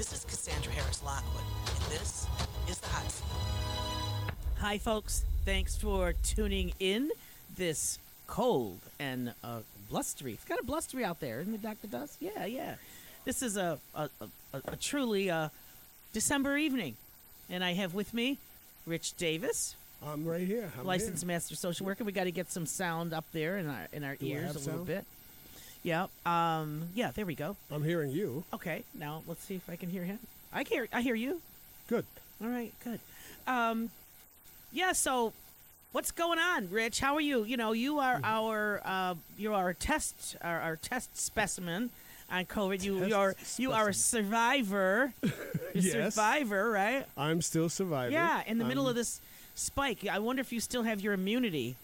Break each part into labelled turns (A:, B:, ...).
A: Sandra Harris Lockwood, and this is the Hot Seat.
B: Hi, folks. Thanks for tuning in this cold and uh, blustery. It's kind of blustery out there, isn't it, Dr. Dust? Yeah, yeah. This is a, a, a, a truly uh, December evening. And I have with me Rich Davis,
C: I'm right here. I'm
B: licensed master social worker. We got to get some sound up there in our, in our
C: I
B: ears
C: have
B: a little
C: sound?
B: bit. Yeah. Um, yeah, there we go.
C: Here. I'm hearing you.
B: Okay, now let's see if I can hear him. I hear, I hear you.
C: Good.
B: All right, good. Um, yeah. So, what's going on, Rich? How are you? You know, you are
C: Mm-hmm.
B: our uh, you are our test our, our test specimen on COVID. You you
C: Test
B: are you are a survivor. You're a
C: Yes.
B: survivor, right?
C: I'm still surviving.
B: Yeah. In the middle
C: Um,
B: of this spike, I wonder if you still have your immunity.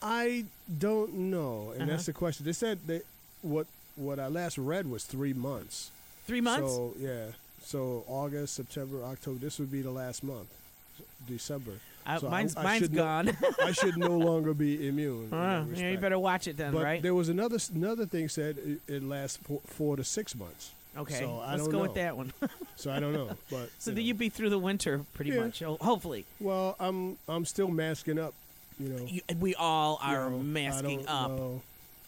C: I don't know, and
B: Uh-huh.
C: that's the question. They said that what what I last read was three months.
B: Three months.
C: So yeah, so August, September, October. This would be the last month, December.
B: Uh,
C: so
B: mine's
C: I
B: mine's
C: should no-
B: gone.
C: I should no longer be immune. in that
B: Uh, yeah, you
C: respect.
B: better watch it then,
C: But
B: right?
C: there was another s- another thing said it, it lasts four, four to six months.
B: Okay.
C: So I
B: Let's
C: don't
B: go
C: know.
B: with that one.
C: So I don't know, but
B: so then
C: you know.
B: you'd be through the winter pretty
C: Yeah.
B: much. ho- Hopefully.
C: Well, I'm I'm still masking up, you know.
B: You, we all are
C: know, I
B: masking
C: don't
B: up
C: know.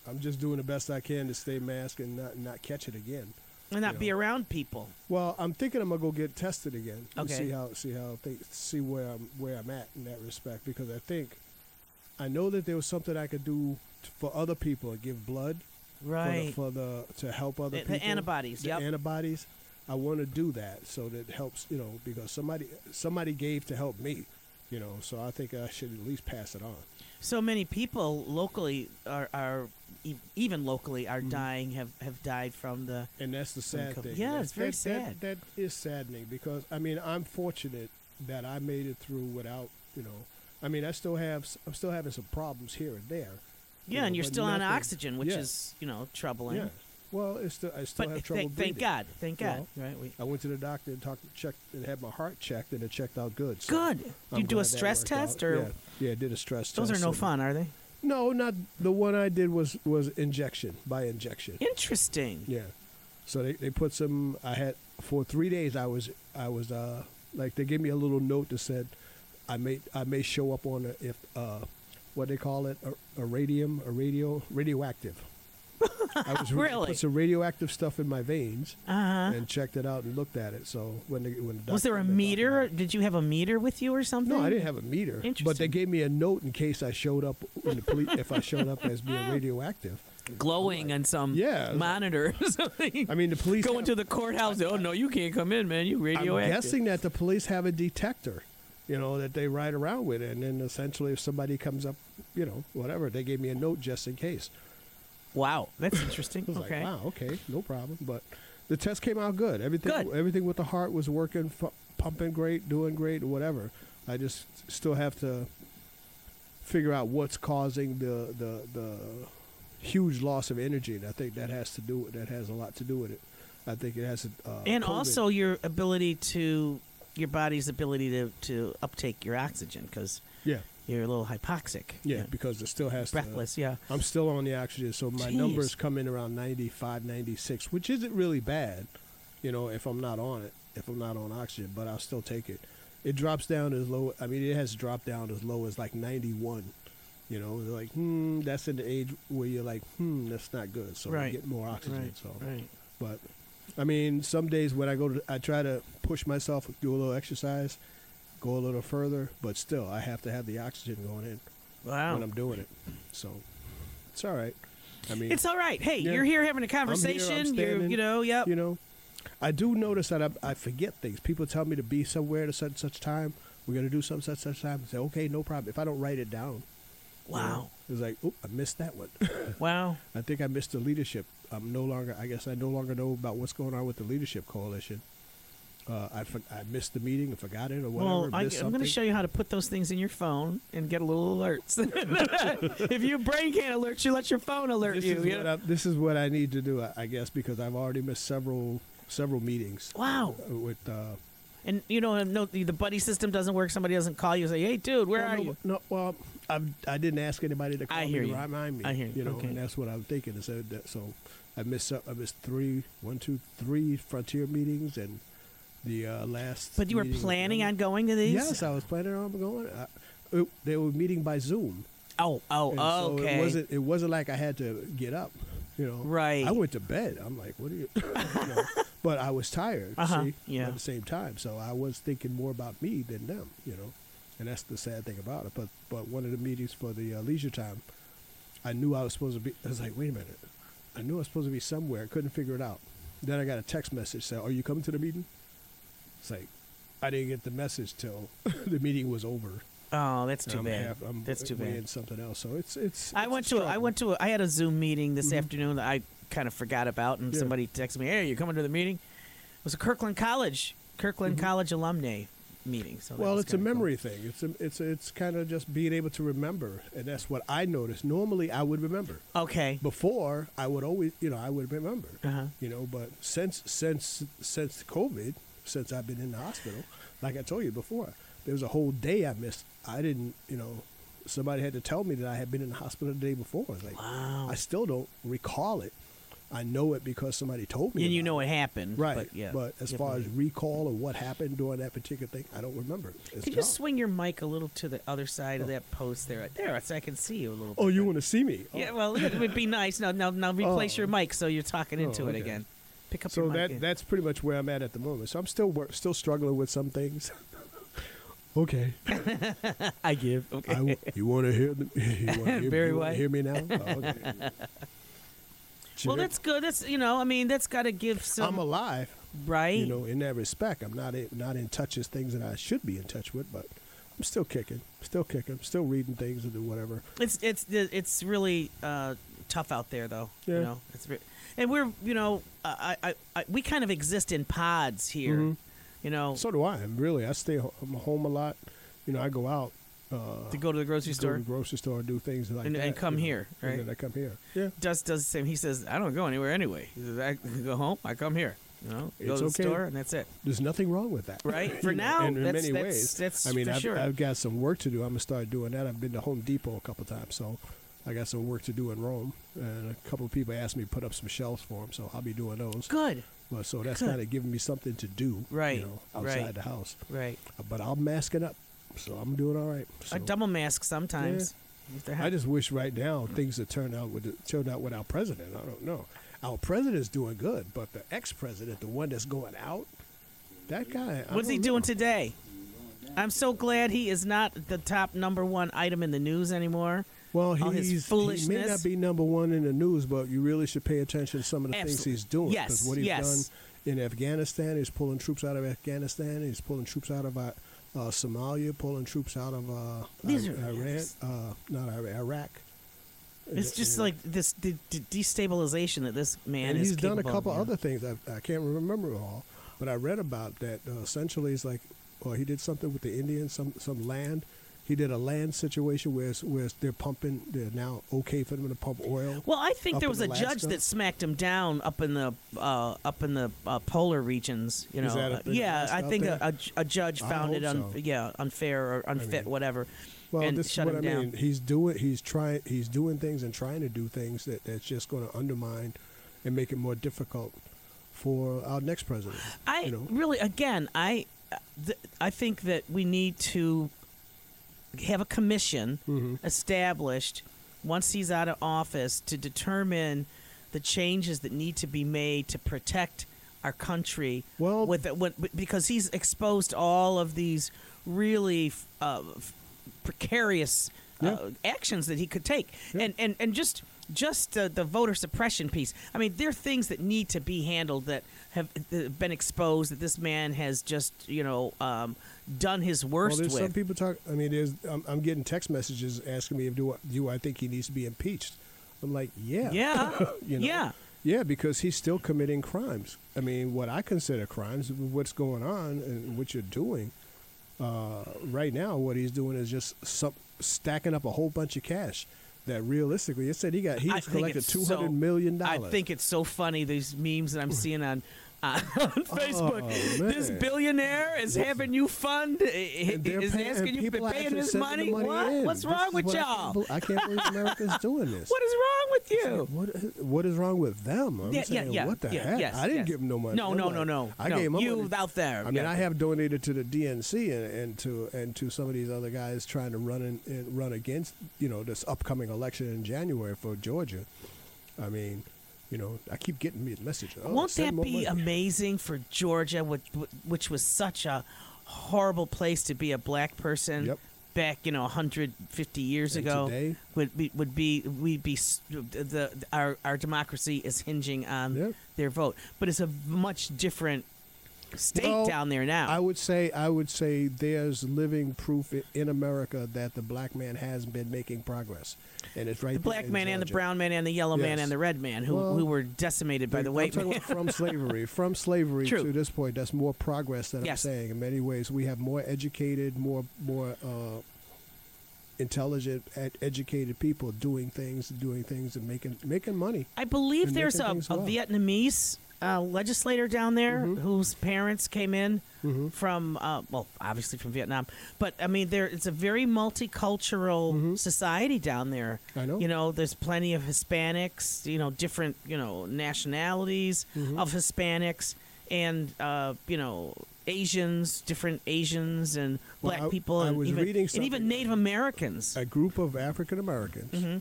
C: I'm just doing the best I can to stay masked and not not catch it again.
B: and not
C: you
B: be
C: know.
B: around people.
C: Well, I'm thinking I'm gonna go get tested again and
B: Okay.
C: see how see how thi- see where I'm where I'm at in that respect because I think I know that there was something I could do t- for other people, give blood
B: Right.
C: for, the, for the to help other
B: The- the
C: people.
B: antibodies,
C: The
B: yep.
C: antibodies. I want to do that so that helps, you know, because somebody somebody gave to help me, you know. So I think I should at least pass it on.
B: So many people locally are, are e- even locally
C: Mm-hmm.
B: are dying have have died from the
C: And that's the sad
B: COVID.
C: thing.
B: Yeah,
C: That-
B: it's very sad.
C: that- that- that is saddening because I mean I'm fortunate that I made it through without you know. I mean I still have s- I'm still having some problems here and there. you
B: yeah, and
C: know,
B: you're
C: but
B: still on
C: nothing-
B: oxygen, which
C: yeah,
B: is you know troubling.
C: yeah. Well, it's still, I still
B: But
C: have
B: th-
C: trouble.
B: thank, thank
C: breathing.
B: God, thank God,
C: Well, oh,
B: right? We,
C: I went to the doctor and talked, checked, and had my heart checked, and it checked out good. so
B: Good.
C: I'm
B: you do a
C: glad that
B: stress
C: worked out.
B: test, or
C: yeah, yeah, I did a stress
B: those
C: test.
B: are no
C: and-
B: fun, are they?
C: No, not the one I did was was injection by injection.
B: Interesting.
C: Yeah. So they, they put some. I had for three days. I was I was uh like they gave me a little note that said I may I may show up on a, if uh what they call it a, a radium a radio radioactive. I was
B: Really?
C: put some radioactive stuff in my veins
B: Uh huh.
C: and checked it out and looked at it. So when they, when the
B: Was there
C: doctor-
B: a
C: when the doctor-
B: meter? Did you have a meter with you or something?
C: No, I didn't have a meter. But they
B: Interesting.
C: gave me a note in case I showed up in the police if I showed up as being radioactive.
B: Glowing on some
C: Yeah.
B: monitor or something.
C: I mean the police
B: Going to the courthouse. Oh no, you can't come in, man. You
C: I'm
B: radioactive.
C: guessing that the police have a detector, you know, that they ride around with, and then essentially if somebody comes up, you know, whatever, they gave me a note just in case.
B: Wow, that's
C: I
B: interesting.
C: was
B: okay.
C: like, wow, okay, no problem. But the test came out good. Everything,
B: Good.
C: everything with the heart was working, fu- pumping great, doing great, whatever. I just still have to figure out what's causing the the the huge loss of energy, and I think that has to do with that has a lot to do with it. I think it has to, uh,
B: And
C: COVID.
B: also your ability to your body's ability to, to uptake your oxygen because
C: yeah,
B: you're a little hypoxic.
C: yeah,
B: Yeah.
C: because uh, it still has to,
B: breathless. Yeah.
C: I'm still on the oxygen, so my
B: Jeez.
C: numbers come in around 95, 96, which isn't really bad, you know, if I'm not on it, if I'm not on oxygen, but I'll still take it. It drops down as low, I mean, it has dropped down as low as like 91, you know, It's like, hmm, that's in the age where you're like, hmm, that's not good, so
B: Right.
C: I get more oxygen,
B: Right.
C: so.
B: Right.
C: But I mean, some days when I go to, I try to push myself, do a little exercise, go a little further, but still, I have to have the oxygen going in
B: Wow.
C: when I'm doing it. So it's all right. I mean,
B: it's all right. Hey,
C: Yeah.
B: you're here having a
C: I'm here, I'm
B: conversation. you
C: standing,
B: you know, yep.
C: You know, I do notice that I, I forget things. People tell me to be somewhere at a such and such time. We're gonna do some such such time. I say okay, no problem. If I don't write it down, you know,
B: wow.
C: it's like oh, I missed that one.
B: Wow.
C: I think I missed the leadership. I'm no longer. I guess I no longer know about what's going on with the leadership coalition. Uh, I for, I missed the meeting and forgot it or whatever.
B: Well, I, I'm
C: missed
B: going to
C: something.
B: show you how to put those things in your phone and get a little alerts. if your brain can't alert you, let your phone alert
C: This
B: you.
C: is,
B: you
C: what
B: know?
C: I, this is what I need to do, I, I guess, because I've already missed several several meetings.
B: Wow.
C: With uh,
B: And you know, no, the, the buddy system doesn't work. Somebody doesn't call you and say, "Hey, dude, where
C: well,
B: are
C: no,
B: you?"
C: No, well, I I didn't ask anybody to call
B: I
C: me
B: hear
C: to
B: you.
C: remind me.
B: I hear you.
C: know,
B: Okay.
C: and that's what I'm thinking. So uh, that so I missed up- I missed three one two three frontier meetings and the uh, last.
B: But you were
C: meeting-
B: planning on going to these?
C: Yes, I was planning on going. I, it, they were meeting by Zoom.
B: Oh, oh,
C: And so
B: okay.
C: it wasn't it wasn't like I had to get up, you know.
B: Right.
C: I went to bed. I'm like, what are you? you know, but I was tired.
B: Uh-huh,
C: See,
B: yeah.
C: At the same time, so I was thinking more about me than them, you know. And that's the sad thing about it. But but one of the meetings for the uh, leisure time, I knew I was supposed to be. I was like, wait a minute. I knew I was supposed to be somewhere. I couldn't figure it out. Then I got a text message saying, "Are you coming to the meeting?" It's like, I didn't get the message till the meeting was over.
B: oh, that's too
C: I'm
B: bad.
C: half- I'm
B: that's too
C: weighing
B: bad.
C: Something else. So it's it's.
B: I
C: it's
B: went to a, I
C: struggle.
B: went to a, I had a Zoom meeting this afternoon that I kind of forgot about, and
C: Mm-hmm. Yeah.
B: somebody texted me, "Hey, you coming to the meeting?" It was a Kirkland College Kirkland College alumni meeting. So that
C: Mm-hmm. Well,
B: was
C: it's a
B: kinda cool.
C: memory thing. It's a, it's it's kind of just being able to remember, and that's what I noticed. Normally, I would remember.
B: Okay.
C: Before, I would always, you know, I would remember.
B: Uh-huh.
C: You know, but since since since COVID, since I've been in the hospital, like I told you before, there was a whole day I missed. I didn't, you know, somebody had to tell me that I had been in the hospital the day before. Like,
B: Wow.
C: I still don't recall it. I know it because somebody told me.
B: And you
C: about
B: know
C: it.
B: it happened,
C: Right.
B: But yeah.
C: But as
B: Yeah,
C: far
B: but-
C: as recall or what happened during that particular thing, I don't remember. It's
B: could you
C: gone.
B: swing your mic a little to the other side of that post there? There, so I can see you a little.
C: Oh,
B: bit
C: you
B: better.
C: want to see me? Oh.
B: Yeah, well, it would be nice. Now, now, now, replace
C: Oh.
B: your mic so you're talking into
C: Oh,
B: it
C: okay.
B: again. Pick up
C: So
B: your mic.
C: that
B: yeah.
C: that's pretty much where I'm at at the moment. So I'm still wor- still struggling with some things. okay.
B: I give. Okay.
C: I w- you want to hear the, you wanna hear,
B: Barry
C: you wanna
B: White.
C: hear me now? Oh, okay.
B: well,
C: Sure.
B: that's good. That's you know, I mean, that's got to give some
C: I'm alive,
B: right.
C: you know, in that respect. I'm not in, not in touch with things that I should be in touch with, but I'm still kicking, still kicking, still reading things and whatever.
B: It's it's it's really uh, tough out there, though. You
C: Yeah.
B: know, it's re- and we're you know, I, I, I we kind of exist in pods here. You know,
C: Mm-hmm. So do I. I'm really. I stay. ho- I'm home a lot. You know, I go out. Uh,
B: to go to the grocery
C: Go
B: store.
C: to the grocery store and do things like
B: And-
C: that.
B: and come
C: you know,
B: here, right?
C: And then I come here. Yeah.
B: Dust does the same. He says, "I don't go anywhere anyway. He says, I go home. I come here. You know, go
C: It's
B: to the
C: okay.
B: store, and that's it.
C: There's nothing wrong with that.
B: Right? For
C: You know,
B: now,
C: and in
B: that's-
C: many
B: that's-
C: ways.
B: that's
C: I mean,
B: for
C: I've,
B: sure.
C: I've got some work to do. I'm gonna start doing that. I've been to Home Depot a couple times, so I got some work to do in Rome. And a couple of people asked me to put up some shelves for them, so I'll be doing those.
B: Good.
C: But so that's
B: Good.
C: kind of giving me something to do,
B: Right,
C: You know, outside
B: right.
C: the house.
B: Right.
C: But I'm masking up, so I'm doing all right. So
B: A double mask sometimes. What the heck?
C: I just wish right now things had turned out with turned out with our president. I don't know. Our president's doing good, but the ex-president, the one that's going out, that guy. I
B: What's he
C: don't
B: doing
C: know.
B: today? I'm so glad he is not the top number one item in the news anymore.
C: Well,
B: All his
C: he's, he may
B: foolishness?
C: not be number one in the news, but you really should pay attention to some of the things
B: Absolutely.
C: he's doing.
B: Yes,
C: Because what he's
B: yes.
C: done in Afghanistan, he's pulling troops out of Afghanistan, he's pulling troops out of uh, uh, Somalia, pulling troops out of uh,
B: These
C: I-
B: are-
C: Iran, uh, not Iran, Iraq.
B: It's just like this the, the destabilization that this man
C: and
B: is.
C: he's done a
B: capable
C: couple
B: of,
C: other things. I, I can't remember all, but I read about that. Uh, essentially, it's like, well, he did something with the Indians, some some land. He did a land situation where it's, where it's, they're pumping. They're now okay for them to pump oil.
B: Well, I think
C: up
B: there
C: in
B: was a judge
C: Alaska.
B: that smacked him down up in the uh, up in the uh, polar regions. You know,
C: Is that a
B: Uh,
C: thing
B: yeah,
C: that's
B: I
C: out
B: think a,
C: there?
B: a, ju- a judge
C: I
B: found
C: hope
B: it un-
C: so.
B: yeah unfair or unfit,
C: mean-
B: whatever,
C: Well,
B: and
C: this
B: shut
C: is what
B: him
C: I
B: down.
C: mean. He's doing. He's trying. He's doing things and trying to do things that, that's just going to undermine and make it more difficult for our next president.
B: I
C: you know?
B: really, again, I, uh, th- I think that we need to have a commission
C: Mm-hmm.
B: established once he's out of office to determine the changes that need to be made to protect our country.
C: Well-
B: with the- when, because he's exposed all of these really uh, precarious uh, actions that he could take, and and and just just uh, the voter suppression piece. I mean, there are things that need to be handled that have uh, been exposed that this man has just you know um, done his
C: Well,
B: worst
C: there's
B: with.
C: some people talk. I mean, there's. I'm, I'm getting text messages asking me if do I, do I think he needs to be impeached. I'm like, yeah,
B: yeah,
C: you know?
B: yeah.
C: yeah, because he's still committing crimes. I mean, what I consider crimes, what's going on and what you're doing uh, right now, what he's doing is just some, stacking up a whole bunch of cash. That realistically, it said he got he
B: I
C: just
B: think
C: collected
B: it's
C: two hundred million
B: so- I
C: dollars.
B: think it's so funny these memes that I'm seeing on uh, on Facebook. this
C: Oh, man.
B: billionaire is having you fund, i- i-
C: And they're
B: is
C: paying-
B: asking
C: and
B: you
C: people are
B: paying
C: actually
B: his money.
C: sending the
B: What?
C: in.
B: What's
C: This
B: wrong
C: is
B: with
C: what I
B: y'all?
C: can't bel- I can't believe America's doing this.
B: What is wrong with you?
C: What is- what is wrong with them? I'm
B: Yeah, yeah,
C: saying,
B: yeah,
C: what the
B: yeah,
C: heck?
B: yes,
C: I didn't
B: yes.
C: give them no money.
B: No, no,
C: Nobody.
B: no, no,
C: I
B: no.
C: gave my
B: You
C: money.
B: out there,
C: I mean,
B: yeah.
C: I have donated to the DNC and, and to and to some of these other guys trying to run in, and run against you know this upcoming election in January for Georgia. I mean, you know, I keep getting me messages. Oh,
B: Won't
C: send
B: that
C: more
B: be
C: money.
B: amazing for Georgia, which which was such a horrible place to be a black person
C: Yep.
B: back, you know, 150 years
C: And
B: ago?
C: today?
B: would be would be we be s- the, the our our democracy is hinging on
C: Yep.
B: their vote, but it's a much different state
C: Well,
B: down there now.
C: I would say I would say there's living proof i- in America that the black man has been making progress, and it's right.
B: the black man and the brown man and the yellow man
C: Yes.
B: and the red man who,
C: Well,
B: who were decimated by the
C: way, I'm
B: white
C: talking
B: man.
C: about from slavery, from slavery
B: True.
C: to this point, that's more progress that
B: Yes.
C: I'm saying. In many ways, we have more educated, more more uh, intelligent, ed- educated people doing things, doing things, and making making money.
B: I believe
C: And
B: there's a,
C: different things Mm-hmm.
B: a
C: well.
B: Vietnamese uh, legislator down there whose parents came in
C: Mm-hmm.
B: from, uh, well, obviously from Vietnam, but I mean, there it's a very multicultural society down there.
C: Mm-hmm. I know.
B: You know, there's plenty of Hispanics. You know, different you know nationalities
C: Mm-hmm.
B: of Hispanics and uh, you know Asians, different Asians and
C: Well,
B: black
C: I-
B: people,
C: I
B: and
C: was
B: even
C: reading
B: and even
C: something-
B: Native Americans.
C: a group of African Americans
B: Mm-hmm.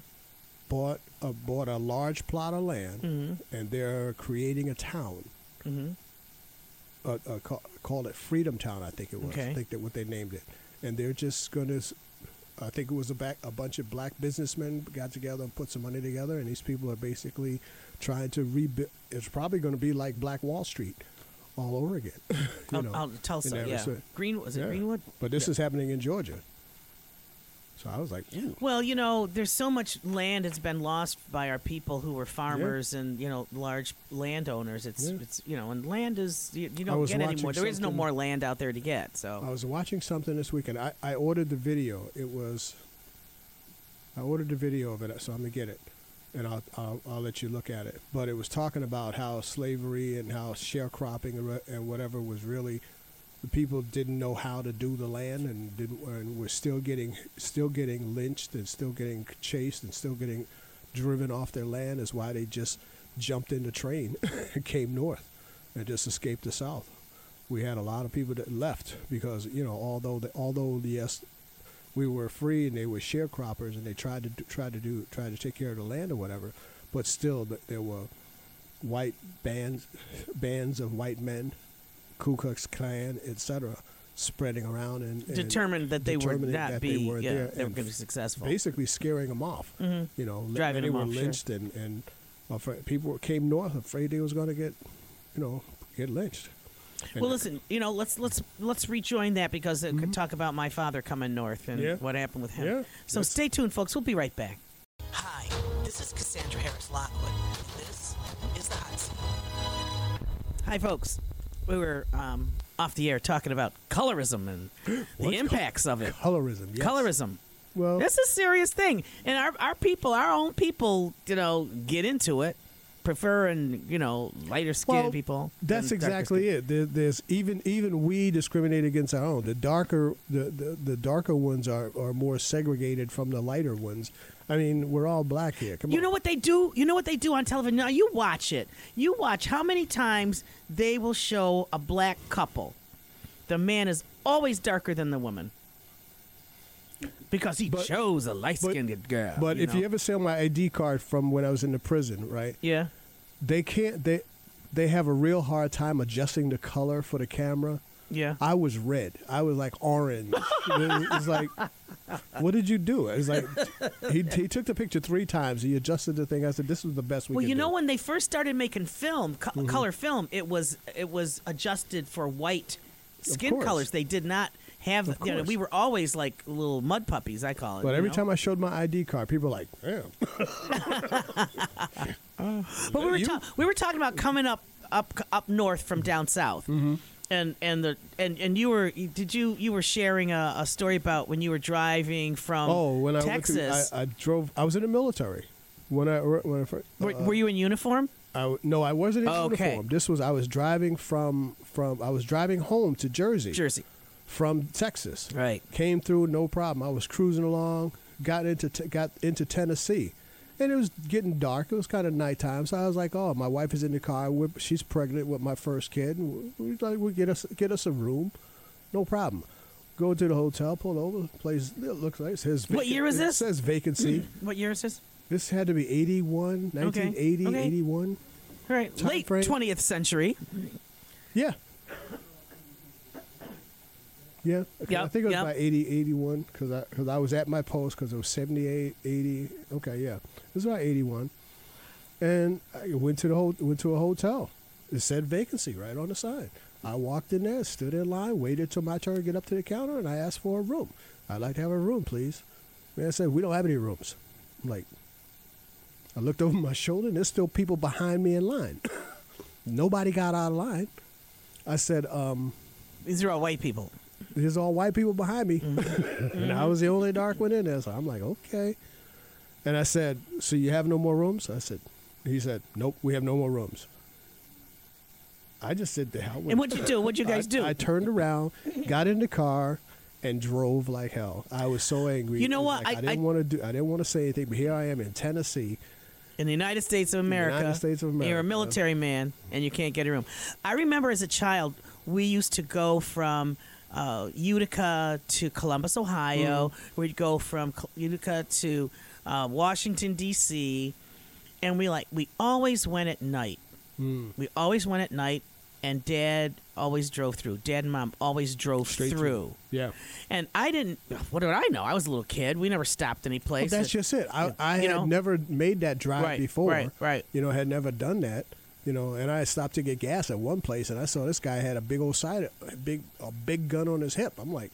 C: bought a, bought a large plot of land,
B: Mm-hmm.
C: and they're creating a town. Uh, uh, ca- called it Freedom Town, I think it was.
B: Okay.
C: I think that what they named it, and they're just gonna. s- I think it was a back, a bunch of black businessmen got together and put some money together, and these people are basically trying to rebuild. It's probably going to be like Black Wall Street, all over again. you
B: Out-
C: know,
B: out in Tulsa,
C: that
B: yeah.
C: respect.
B: Green- was it
C: Yeah.
B: Greenwood?
C: But this is happening in Georgia. So I was like, ooh.
B: Well, you know, there's so much land that's been lost by our people who were farmers and you know large landowners. It's
C: Yeah.
B: it's you know, and land is you, you
C: I
B: don't
C: was
B: get
C: watching
B: anymore. There is no
C: something-
B: more land out there to get.
C: I
B: So
C: was watching something this weekend. I, I ordered the video. It was I ordered the video of it, so I'm gonna get it, and I'll I'll, I'll let you look at it. But it was talking about how slavery and how sharecropping and re- and whatever was really the people didn't know how to do the land and didn't and were still getting still getting lynched and still getting chased and still getting driven off their land is why they just jumped in the train and came north and just escaped the south. We had a lot of people that left because you know although the, although yes we were free and they were sharecroppers and they tried to do, tried to do tried to take care of the land or whatever, but still th- there were white bands bands of white men, Ku Klux Klan, etc., spreading around and, and
B: determined that they would
C: determining
B: not
C: that
B: be
C: they were
B: yeah,
C: there
B: they were
C: and
B: going to be successful.
C: basically scaring them off. You know, li-
B: Mm-hmm. Driving
C: many
B: them
C: were
B: off, sure.
C: lynched and and afraid, people came north afraid they was going to get, you know, get lynched. And
B: Well, listen, you know, let's let's let's rejoin that because it could talk about my father coming north and
C: Mm-hmm. Yeah.
B: what happened with him.
C: Yeah.
B: So
C: Yes.
B: stay tuned, folks. We'll be right back.
A: Hi, this is Cassandra Harris Lockwood. This is the hot seat.
B: Hi, folks. We were um, off the air talking about colorism and the
C: What's
B: impacts of it.
C: colorism, yes.
B: Colorism.
C: Well,
B: That's a serious thing, and our our people, our own people, you know, get into it, preferring you know lighter skinned
C: Well,
B: people.
C: That's exactly it. There, there's even even we discriminate against our own. The darker the, the, the darker ones are, are more segregated from the lighter ones. I mean, we're all black here. Come
B: You
C: on.
B: know what they do? You know what they do on television? Now you watch it. You watch how many times they will show a black couple. The man is always darker than the woman because he
C: But-
B: chose a light skinned girl.
C: But if
B: know?
C: you ever saw my ID card from when I was in the prison, right?
B: yeah,
C: They can't they they have a real hard time adjusting the color for the camera.
B: yeah.
C: I was red. I was like orange. it's like, what did you do? It's like he, he took the picture three times. He adjusted the thing. I said, this was the best we
B: Well,
C: could
B: you know
C: do. Mm-hmm.
B: when they first started making film, co- color film, it was it was adjusted for white skin
C: course.
B: colors. They did not have.
C: Of
B: you know, we
C: course.
B: were always like little mud puppies. I call it.
C: But
B: you
C: every
B: know? Um,
C: time I showed my ID card, people were like, damn.
B: but we were
C: you-
B: ta- we were talking about coming up up up north from down south.
C: Mm-hmm.
B: And and the and, and you were did you you were sharing a, a story about when you were driving from
C: Oh, when I
B: Texas
C: went to, I, I drove. I was in the military. When I when I, fir-
B: were, were you in uniform
C: I w- no, I wasn't in
B: Oh, okay.
C: uniform. This was I was driving from from I was driving home to Jersey,
B: Jersey.
C: from Texas.
B: Right.
C: Came through no problem. I was cruising along, got into t- got into Tennessee. And it was getting dark. It was kind of nighttime, so I was like, "Oh, my wife is in the car. We're, she's pregnant with my first kid. And we like we get us get us a room, no problem." Go to the hotel, pull over, place. It looks like it says.
B: What year is
C: it
B: this?
C: says vacancy.
B: What year is this?
C: This had to be 81,
B: Okay.
C: 1980,
B: Okay.
C: 81.
B: All right,
C: Time
B: late
C: frame.
B: 20th century.
C: Yeah. Yeah. 'cause I
B: Yep,
C: think it was
B: yep.
C: about 80, 81 because I, cause I was at my post because it was 78, 80. Okay, yeah. It was about 81. And I went to the ho- went to a hotel. It said vacancy right on the sign. I walked in there, stood in line, waited till my turn to get up to the counter, and I asked for a room. I'd like to have a room, please. Man said, we don't have any rooms. I'm like, I looked over my shoulder, and there's still people behind me in line. Nobody got out of line. I said, um,
B: These are all white people.
C: there's all white people behind me.
B: Mm-hmm.
C: and I was the only dark one in there. So I'm like, okay. And I said, so you have no more rooms? I said, he said, nope, we have no more rooms. I just said, the hell
B: And
C: with it."
B: what'd you do? What'd you guys
C: I-
B: do?
C: I turned around, got in the car, and drove like hell. I was so angry.
B: You know
C: It was
B: what?
C: like,
B: I-
C: I, didn't
B: I-
C: want to do. I didn't want to say anything, but here I am in Tennessee.
B: in the United States of
C: United
B: America,
C: States of
B: you're a
C: America.
B: military man and you can't get a room. I remember as a child, we used to go from uh, Utica to Columbus, Ohio.
C: Mm-hmm.
B: We'd go from Col- Utica to uh, Washington D.C., and we like we always went at night.
C: Mm.
B: We always went at night, and Dad always drove through. Dad and Mom always drove
C: Straight
B: through.
C: through. Yeah,
B: And I didn't. What did I know? I was a little kid. We never stopped any place.
C: that's
B: It-
C: just it. I, I
B: You
C: had
B: know?
C: never made that drive
B: Right,
C: before.
B: right, right.
C: You know, had never done that. You know, and I stopped to get gas at one place, and I saw this guy had a big old side, a big a big gun on his hip. I'm like,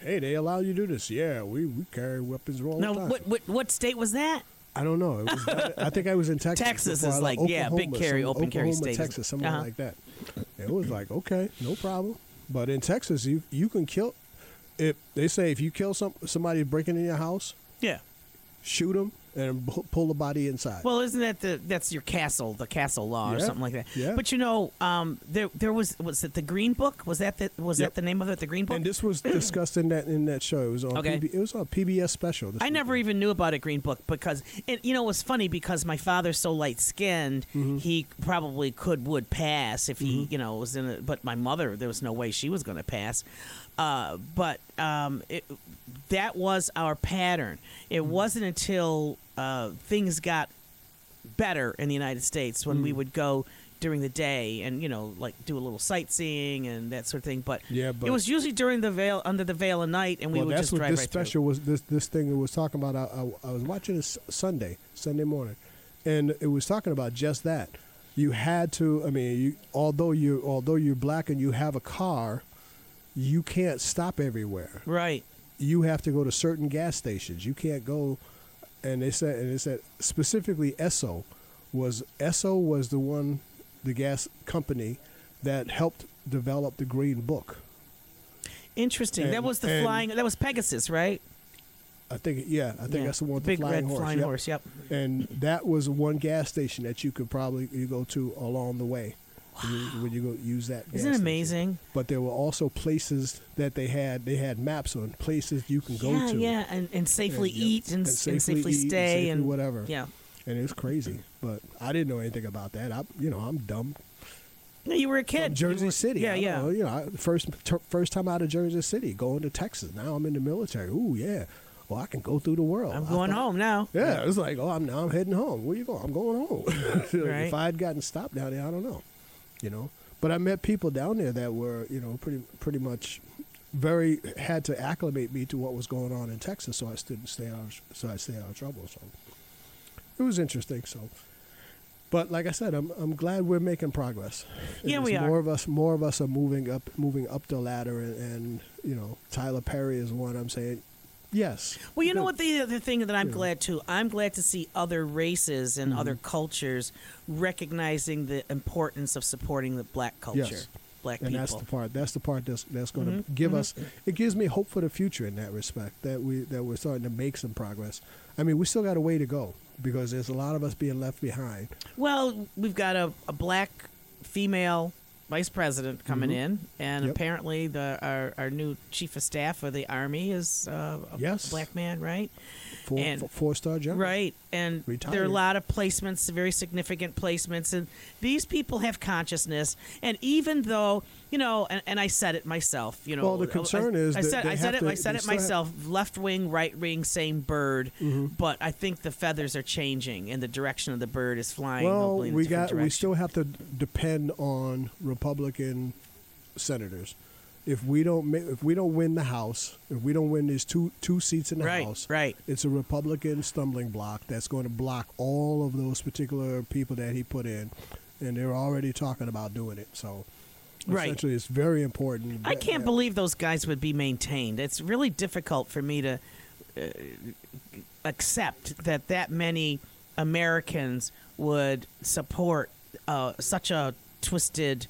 C: hey, they allow you to do this? Yeah, we, we carry weapons all
B: no.
C: the time.
B: What, what what state was that?
C: I don't know. It was, I think I was in Texas.
B: Texas
C: before
B: is
C: I
B: like,
C: left.
B: yeah, big carry,
C: some-
B: open carry
C: Oklahoma,
B: state.
C: Texas, somewhere
B: Uh-huh.
C: like that. It was like okay, no problem. But in Texas, you you can kill. If they say if you kill some somebody breaking in your house,
B: Yeah.
C: shoot them and pu- pull the body inside.
B: Well, isn't that the that's your castle, the castle law or
C: Yeah,
B: something like that?
C: yeah.
B: But you know, um, there there was was it the Green Book? Was that the was
C: Yep.
B: that the name of it? The Green Book.
C: and this was discussed in that in that show. It was on
B: Okay.
C: PB, it was on PBS special. this
B: I never
C: weekend.
B: even knew about a Green Book because, and you know, it was funny because my father's so light skinned,
C: Mm-hmm.
B: he probably could would pass if he, you know, was in a. But my mother, there was no way she was going to pass. Uh, but um, it, that was our pattern. It
C: Mm-hmm.
B: wasn't until uh, things got better in the United States when
C: Mm-hmm.
B: we would go during the day and you know like do a little sightseeing and that sort of thing but,
C: Yeah, but-
B: it was usually during the veil under the veil of night and we
C: well,
B: would
C: that's
B: just
C: what
B: drive
C: this
B: right through.
C: special was. This this thing it was talking about. I, I, I was watching this Sunday Sunday morning, and it was talking about just that. You had to. I mean, you although you although you're black and you have a car, you can't stop everywhere.
B: right
C: you have to go to certain gas stations. You can't go, and they said, and they said specifically Esso was Esso was the one, the gas company that helped develop the Green Book.
B: Interesting. that
C: And-
B: was the
C: and-
B: flying. That was Pegasus, right?
C: I think, yeah, I think
B: Yeah.
C: that's the one. With
B: Big
C: the flying
B: red
C: horse.
B: flying
C: yep.
B: horse. Yep.
C: And that was one gas station that you could probably you go to along the way when you, when you go use that. gas
B: Isn't it
C: station.
B: amazing?
C: But there were also places that they had they had maps on places you can go
B: yeah,
C: to.
B: yeah, and, and safely
C: yeah.
B: eat and,
C: And
B: s- and safely
C: safely eat and
B: stay
C: safely
B: and
C: whatever.
B: Yeah.
C: and it was crazy. But I didn't know anything about that. I, you know, I'm dumb.
B: No, you were a kid.
C: From
B: You
C: Jersey
B: were-
C: City.
B: Yeah,
C: I-
B: yeah.
C: You know, I, first ter- first time out of Jersey City, going to Texas. Now I'm in the military. Ooh, yeah. Well, I can go through the world.
B: I'm
C: I
B: going
C: thought-
B: home now.
C: Yeah, it was like, oh, I'm now I'm heading home. Where you going? I'm going home. Like,
B: Right.
C: If I had gotten stopped down there, I don't know. You know, but I met people down there that were, you know, pretty pretty much very had to acclimate me to what was going on in Texas, so I didn't stay out. Of, so I stayed out of trouble. So it was interesting. So. But like I said, I'm, I'm glad we're making progress. And
B: Yeah,
C: there's
B: we are.
C: More of us, more of us are moving up, moving up the ladder, and, and you know, Tyler Perry is one. I'm saying, yes.
B: Well, you know
C: good.
B: what the other thing that I'm
C: Yeah. Mm-hmm.
B: glad too. I'm glad to see other races and other cultures recognizing the importance of supporting the black culture.
C: Yes.
B: black
C: and
B: people. Mm-hmm.
C: that's the part. That's the part that's that's going to give us. It gives me hope for the future in that respect. That we that we're starting to make some progress. I mean, we still got a way to go because there's a lot of us being left behind.
B: Well, we've got a, a black female vice president coming in, and
C: Mm-hmm. Yep.
B: apparently the our, our new chief of staff of the army is uh, a
C: Yes.
B: black man, right?
C: Four
B: And-
C: f- four star general.
B: Right, and there are
C: Retired.
B: a lot of placements, very significant placements, and these people have consciousness. And even though you know, and, and I said it myself, you know,
C: Well, the
B: I-
C: concern
B: I,
C: is
B: I
C: that
B: said
C: they
B: I
C: have
B: said it,
C: to-
B: I said
C: they
B: it
C: still have- Mm-hmm.
B: myself, left wing, right wing, same bird, but I think the feathers are changing, and the direction of the bird is flying.
C: Well,
B: hopefully in a
C: we
B: different
C: got we
B: direction.
C: still have to depend on Republican senators. If we don't ma- if we don't win the House, if we don't win these two two seats in the
B: Right,
C: House,
B: right.
C: it's a Republican stumbling block that's going to block all of those particular people that he put in, and they're already talking about doing it. So,
B: Right.
C: essentially, it's very important.
B: I
C: that-
B: can't
C: that-
B: believe those guys would be maintained. It's really difficult for me to uh, accept that that many Americans would support uh, such a twisted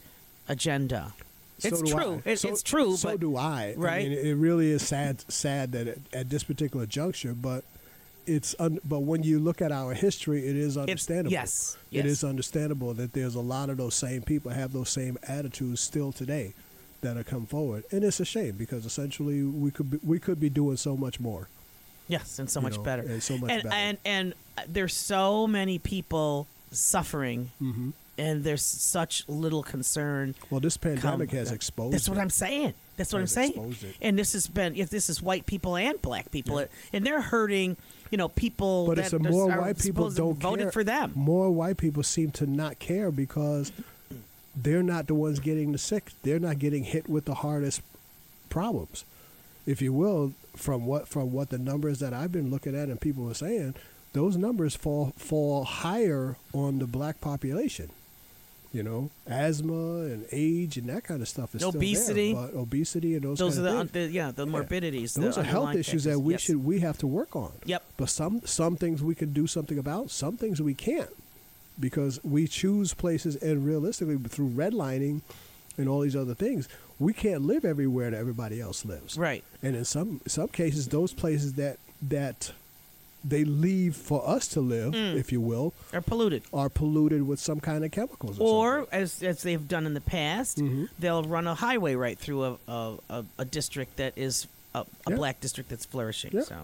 B: agenda.
C: So
B: it's
C: do
B: true.
C: I.
B: It,
C: So-
B: it's true.
C: So
B: but
C: do I.
B: Right?
C: I mean, it really is sad. Sad that it, at this particular juncture, but it's un, but when you look at our history, it is understandable.
B: yes, yes.
C: it is understandable that there's a lot of those same people have those same attitudes still today that have come forward, and it's a shame because essentially we could be, we could be doing so much more.
B: Yes, and so
C: you
B: much
C: know,
B: better.
C: and so much
B: and,
C: better.
B: And and uh, there's so many people suffering,
C: Mm-hmm.
B: and there's such little concern.
C: Well, this pandemic
B: come.
C: has exposed.
B: That's what
C: it.
B: I'm saying. That's what I'm
C: Has
B: saying.
C: exposed it.
B: And this has been if this is white people and black people, and they're hurting. You know, people.
C: But
B: that
C: it's a
B: there's-
C: more
B: are
C: white people
B: supposed to
C: don't
B: voted
C: care.
B: for them.
C: More white people seem to not care because they're not the ones getting the sick. They're not getting hit with the hardest problems, if you will. From what from what the numbers that I've been looking at and people are saying, those numbers fall fall higher on the black population. You know, asthma and age and that kind of stuff is
B: Obesity.
C: still there, but obesity and those
B: Those are
C: kind
B: the,
C: of things.
B: the yeah the morbidities. the
C: Those are health
B: underlying
C: issues that
B: factors.
C: we
B: Yes.
C: should we have to work on.
B: Yep.
C: But some some things we can do something about, some things we can't. Because we choose places and realistically through redlining and all these other things, we can't live everywhere that everybody else lives.
B: Right.
C: And in some some cases those places that that they leave for us to live,
B: Mm.
C: if you will,
B: are polluted.
C: are polluted with some kind of Mm-hmm. chemicals or,
B: Or as as they've done in the past, they'll run a highway right through a a, a, a district that is a, a
C: Yeah.
B: black district that's flourishing.
C: Yeah.
B: So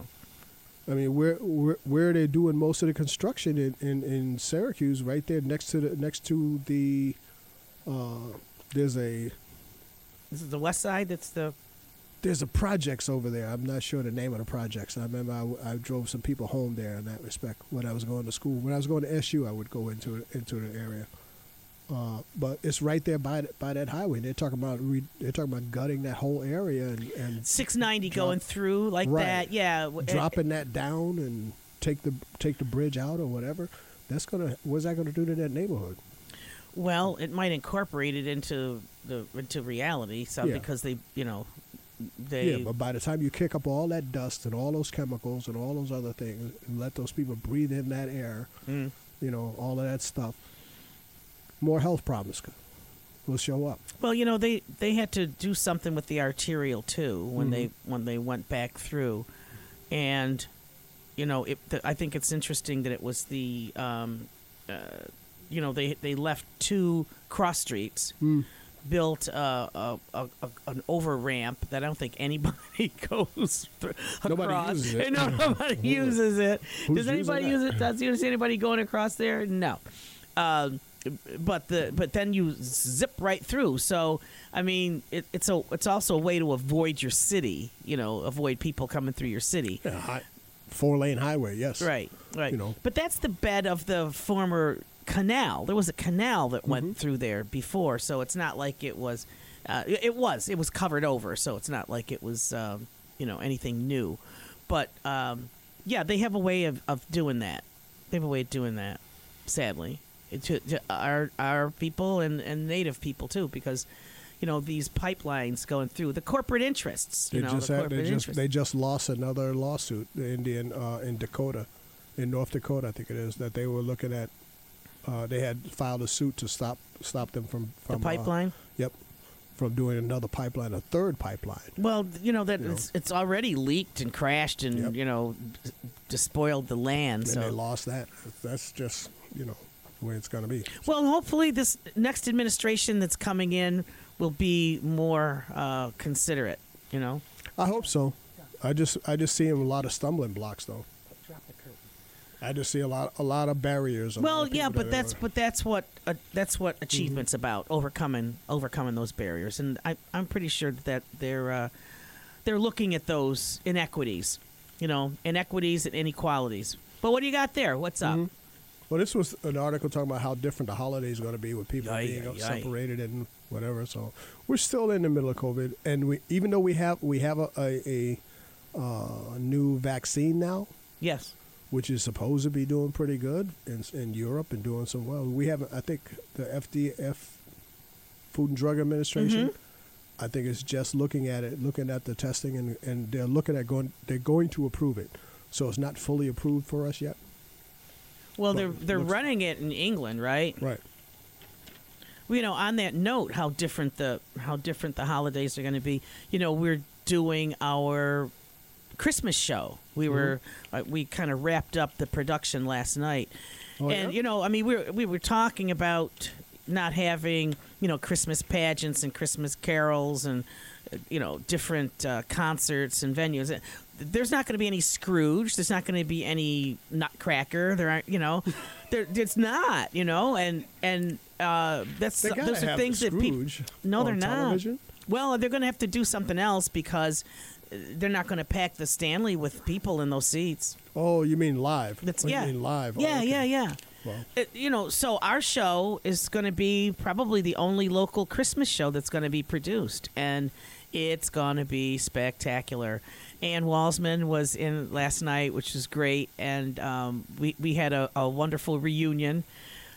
C: I mean, where where where they're doing most of the construction in, in, in Syracuse, right there next to the next to the uh, there's a
B: this is the west side. That's the
C: there's a projects over there. I'm not sure the name of the projects. I remember I, I drove some people home there in that respect when I was going to school. When I was going to SU, I would go into into the area. Uh, but it's right there by th- by that highway. They're talking about re, they're talking about gutting that whole area and, and
B: six ninety
C: Drop-
B: going through like
C: Right.
B: that. Yeah, w-
C: dropping that down and take the take the bridge out or whatever. That's gonna what's that gonna do to that neighborhood?
B: Well, it might incorporate it into the into reality, so
C: Yeah.
B: because they, you know, they
C: yeah, but by the time you kick up all that dust and all those chemicals and all those other things, and let those people breathe in that air,
B: Mm.
C: you know, all of that stuff, more health problems c- will show up.
B: well, you know, they they had to do something with the arterial too when they
C: Mm-hmm.
B: when they went back through, and you know, it, the, I think it's interesting that it was the, um, uh, you know, they they left two cross streets.
C: Hmm.
B: Built uh, a, a, a an over ramp that I don't think anybody goes through
C: Nobody
B: across.
C: uses it.
B: No, nobody uses it.
C: Who's
B: Does anybody
C: using
B: use
C: that?
B: it? Does you see anybody going across there? No. Um, but the but then you zip right through. So I mean, it, it's a it's also a way to avoid your city. You know, avoid people coming through your city.
C: Yeah, hi- four lane highway, yes.
B: Right, right.
C: You know.
B: But that's the bed of the former canal. There was a canal that
C: Mm-hmm.
B: went through there before, so it's not like it was. Uh, it it was. It was covered over, so it's not like it was. Um, you know anything new, but um, yeah, they have a way of, of doing that. They have a way of doing that. Sadly, It- to, to our our people and, and native people too, because you know these pipelines going through the corporate interests.
C: They
B: You know
C: just
B: the
C: had,
B: corporate
C: they just
B: interests.
C: they just lost another lawsuit the Indian uh, in Dakota, in North Dakota, I think it is that they were looking at. Uh, they had filed a suit to stop stop them from, from uh,
B: pipeline?
C: yep, from doing another pipeline, a third pipeline.
B: Well, you know that
C: You know.
B: it's it's already leaked and crashed and
C: Yep.
B: you know d- despoiled the land.
C: And
B: so
C: they lost that. That's just, you know, the way it's going to be.
B: Well, hopefully, this next administration that's coming in will be more uh, considerate. You know,
C: I hope so. I just I just see a lot of stumbling blocks though. I just see a lot a lot of barriers. a lot
B: well,
C: of
B: yeah,
C: people
B: but
C: that are- Mm-hmm.
B: that's but that's what uh, that's what achievement's about overcoming overcoming those barriers, and I, I'm pretty sure that they're uh, they're looking at those inequities, you know, inequities and inequalities. But what do you got there? What's up?
C: Mm-hmm. Well, this was an article talking about how different the holidays going to be with people
B: Aye,
C: being
B: aye, aye.
C: separated and whatever. So we're still in the middle of COVID, and we even though we have we have a a, a uh, new vaccine now,
B: Yes,
C: which is supposed to be doing pretty good in in Europe and doing so well. We haven't. I think the FDF, Food and Drug Administration. I think it's just looking at it, looking at the testing, and, and they're looking at going. They're going to approve it, so it's not fully approved for us yet.
B: well,
C: But
B: they're
C: it
B: they're
C: looks-
B: running it in England, right?
C: Right.
B: you know on that note how different the how different the holidays are going to be you know we're doing our christmas show we
C: Mm-hmm.
B: were uh, we kind of wrapped up the production last night
C: Oh,
B: and
C: yeah?
B: you know i mean we were, we were talking about not having you know christmas pageants and christmas carols and uh, you know different uh, concerts and venues Uh, there's not going to be any scrooge there's not going to be any nutcracker there aren't you know there it's not you know and and uh, that's
C: They gotta
B: those are
C: have
B: things
C: the
B: that people
C: Scrooge
B: no
C: on
B: they're not
C: television.
B: well they're going to have to do something else because uh, they're not going to pack the stanley with people in those seats
C: Oh, you mean live?
B: that's
C: Oh, you
B: yeah
C: mean live. Oh,
B: yeah
C: okay.
B: yeah yeah
C: Well.
B: It- Uh, you know so our show is going to be probably the only local christmas show that's going to be produced and it's going to be spectacular Ann Walsman was in last night, which was great, and um, we we had a, a wonderful reunion.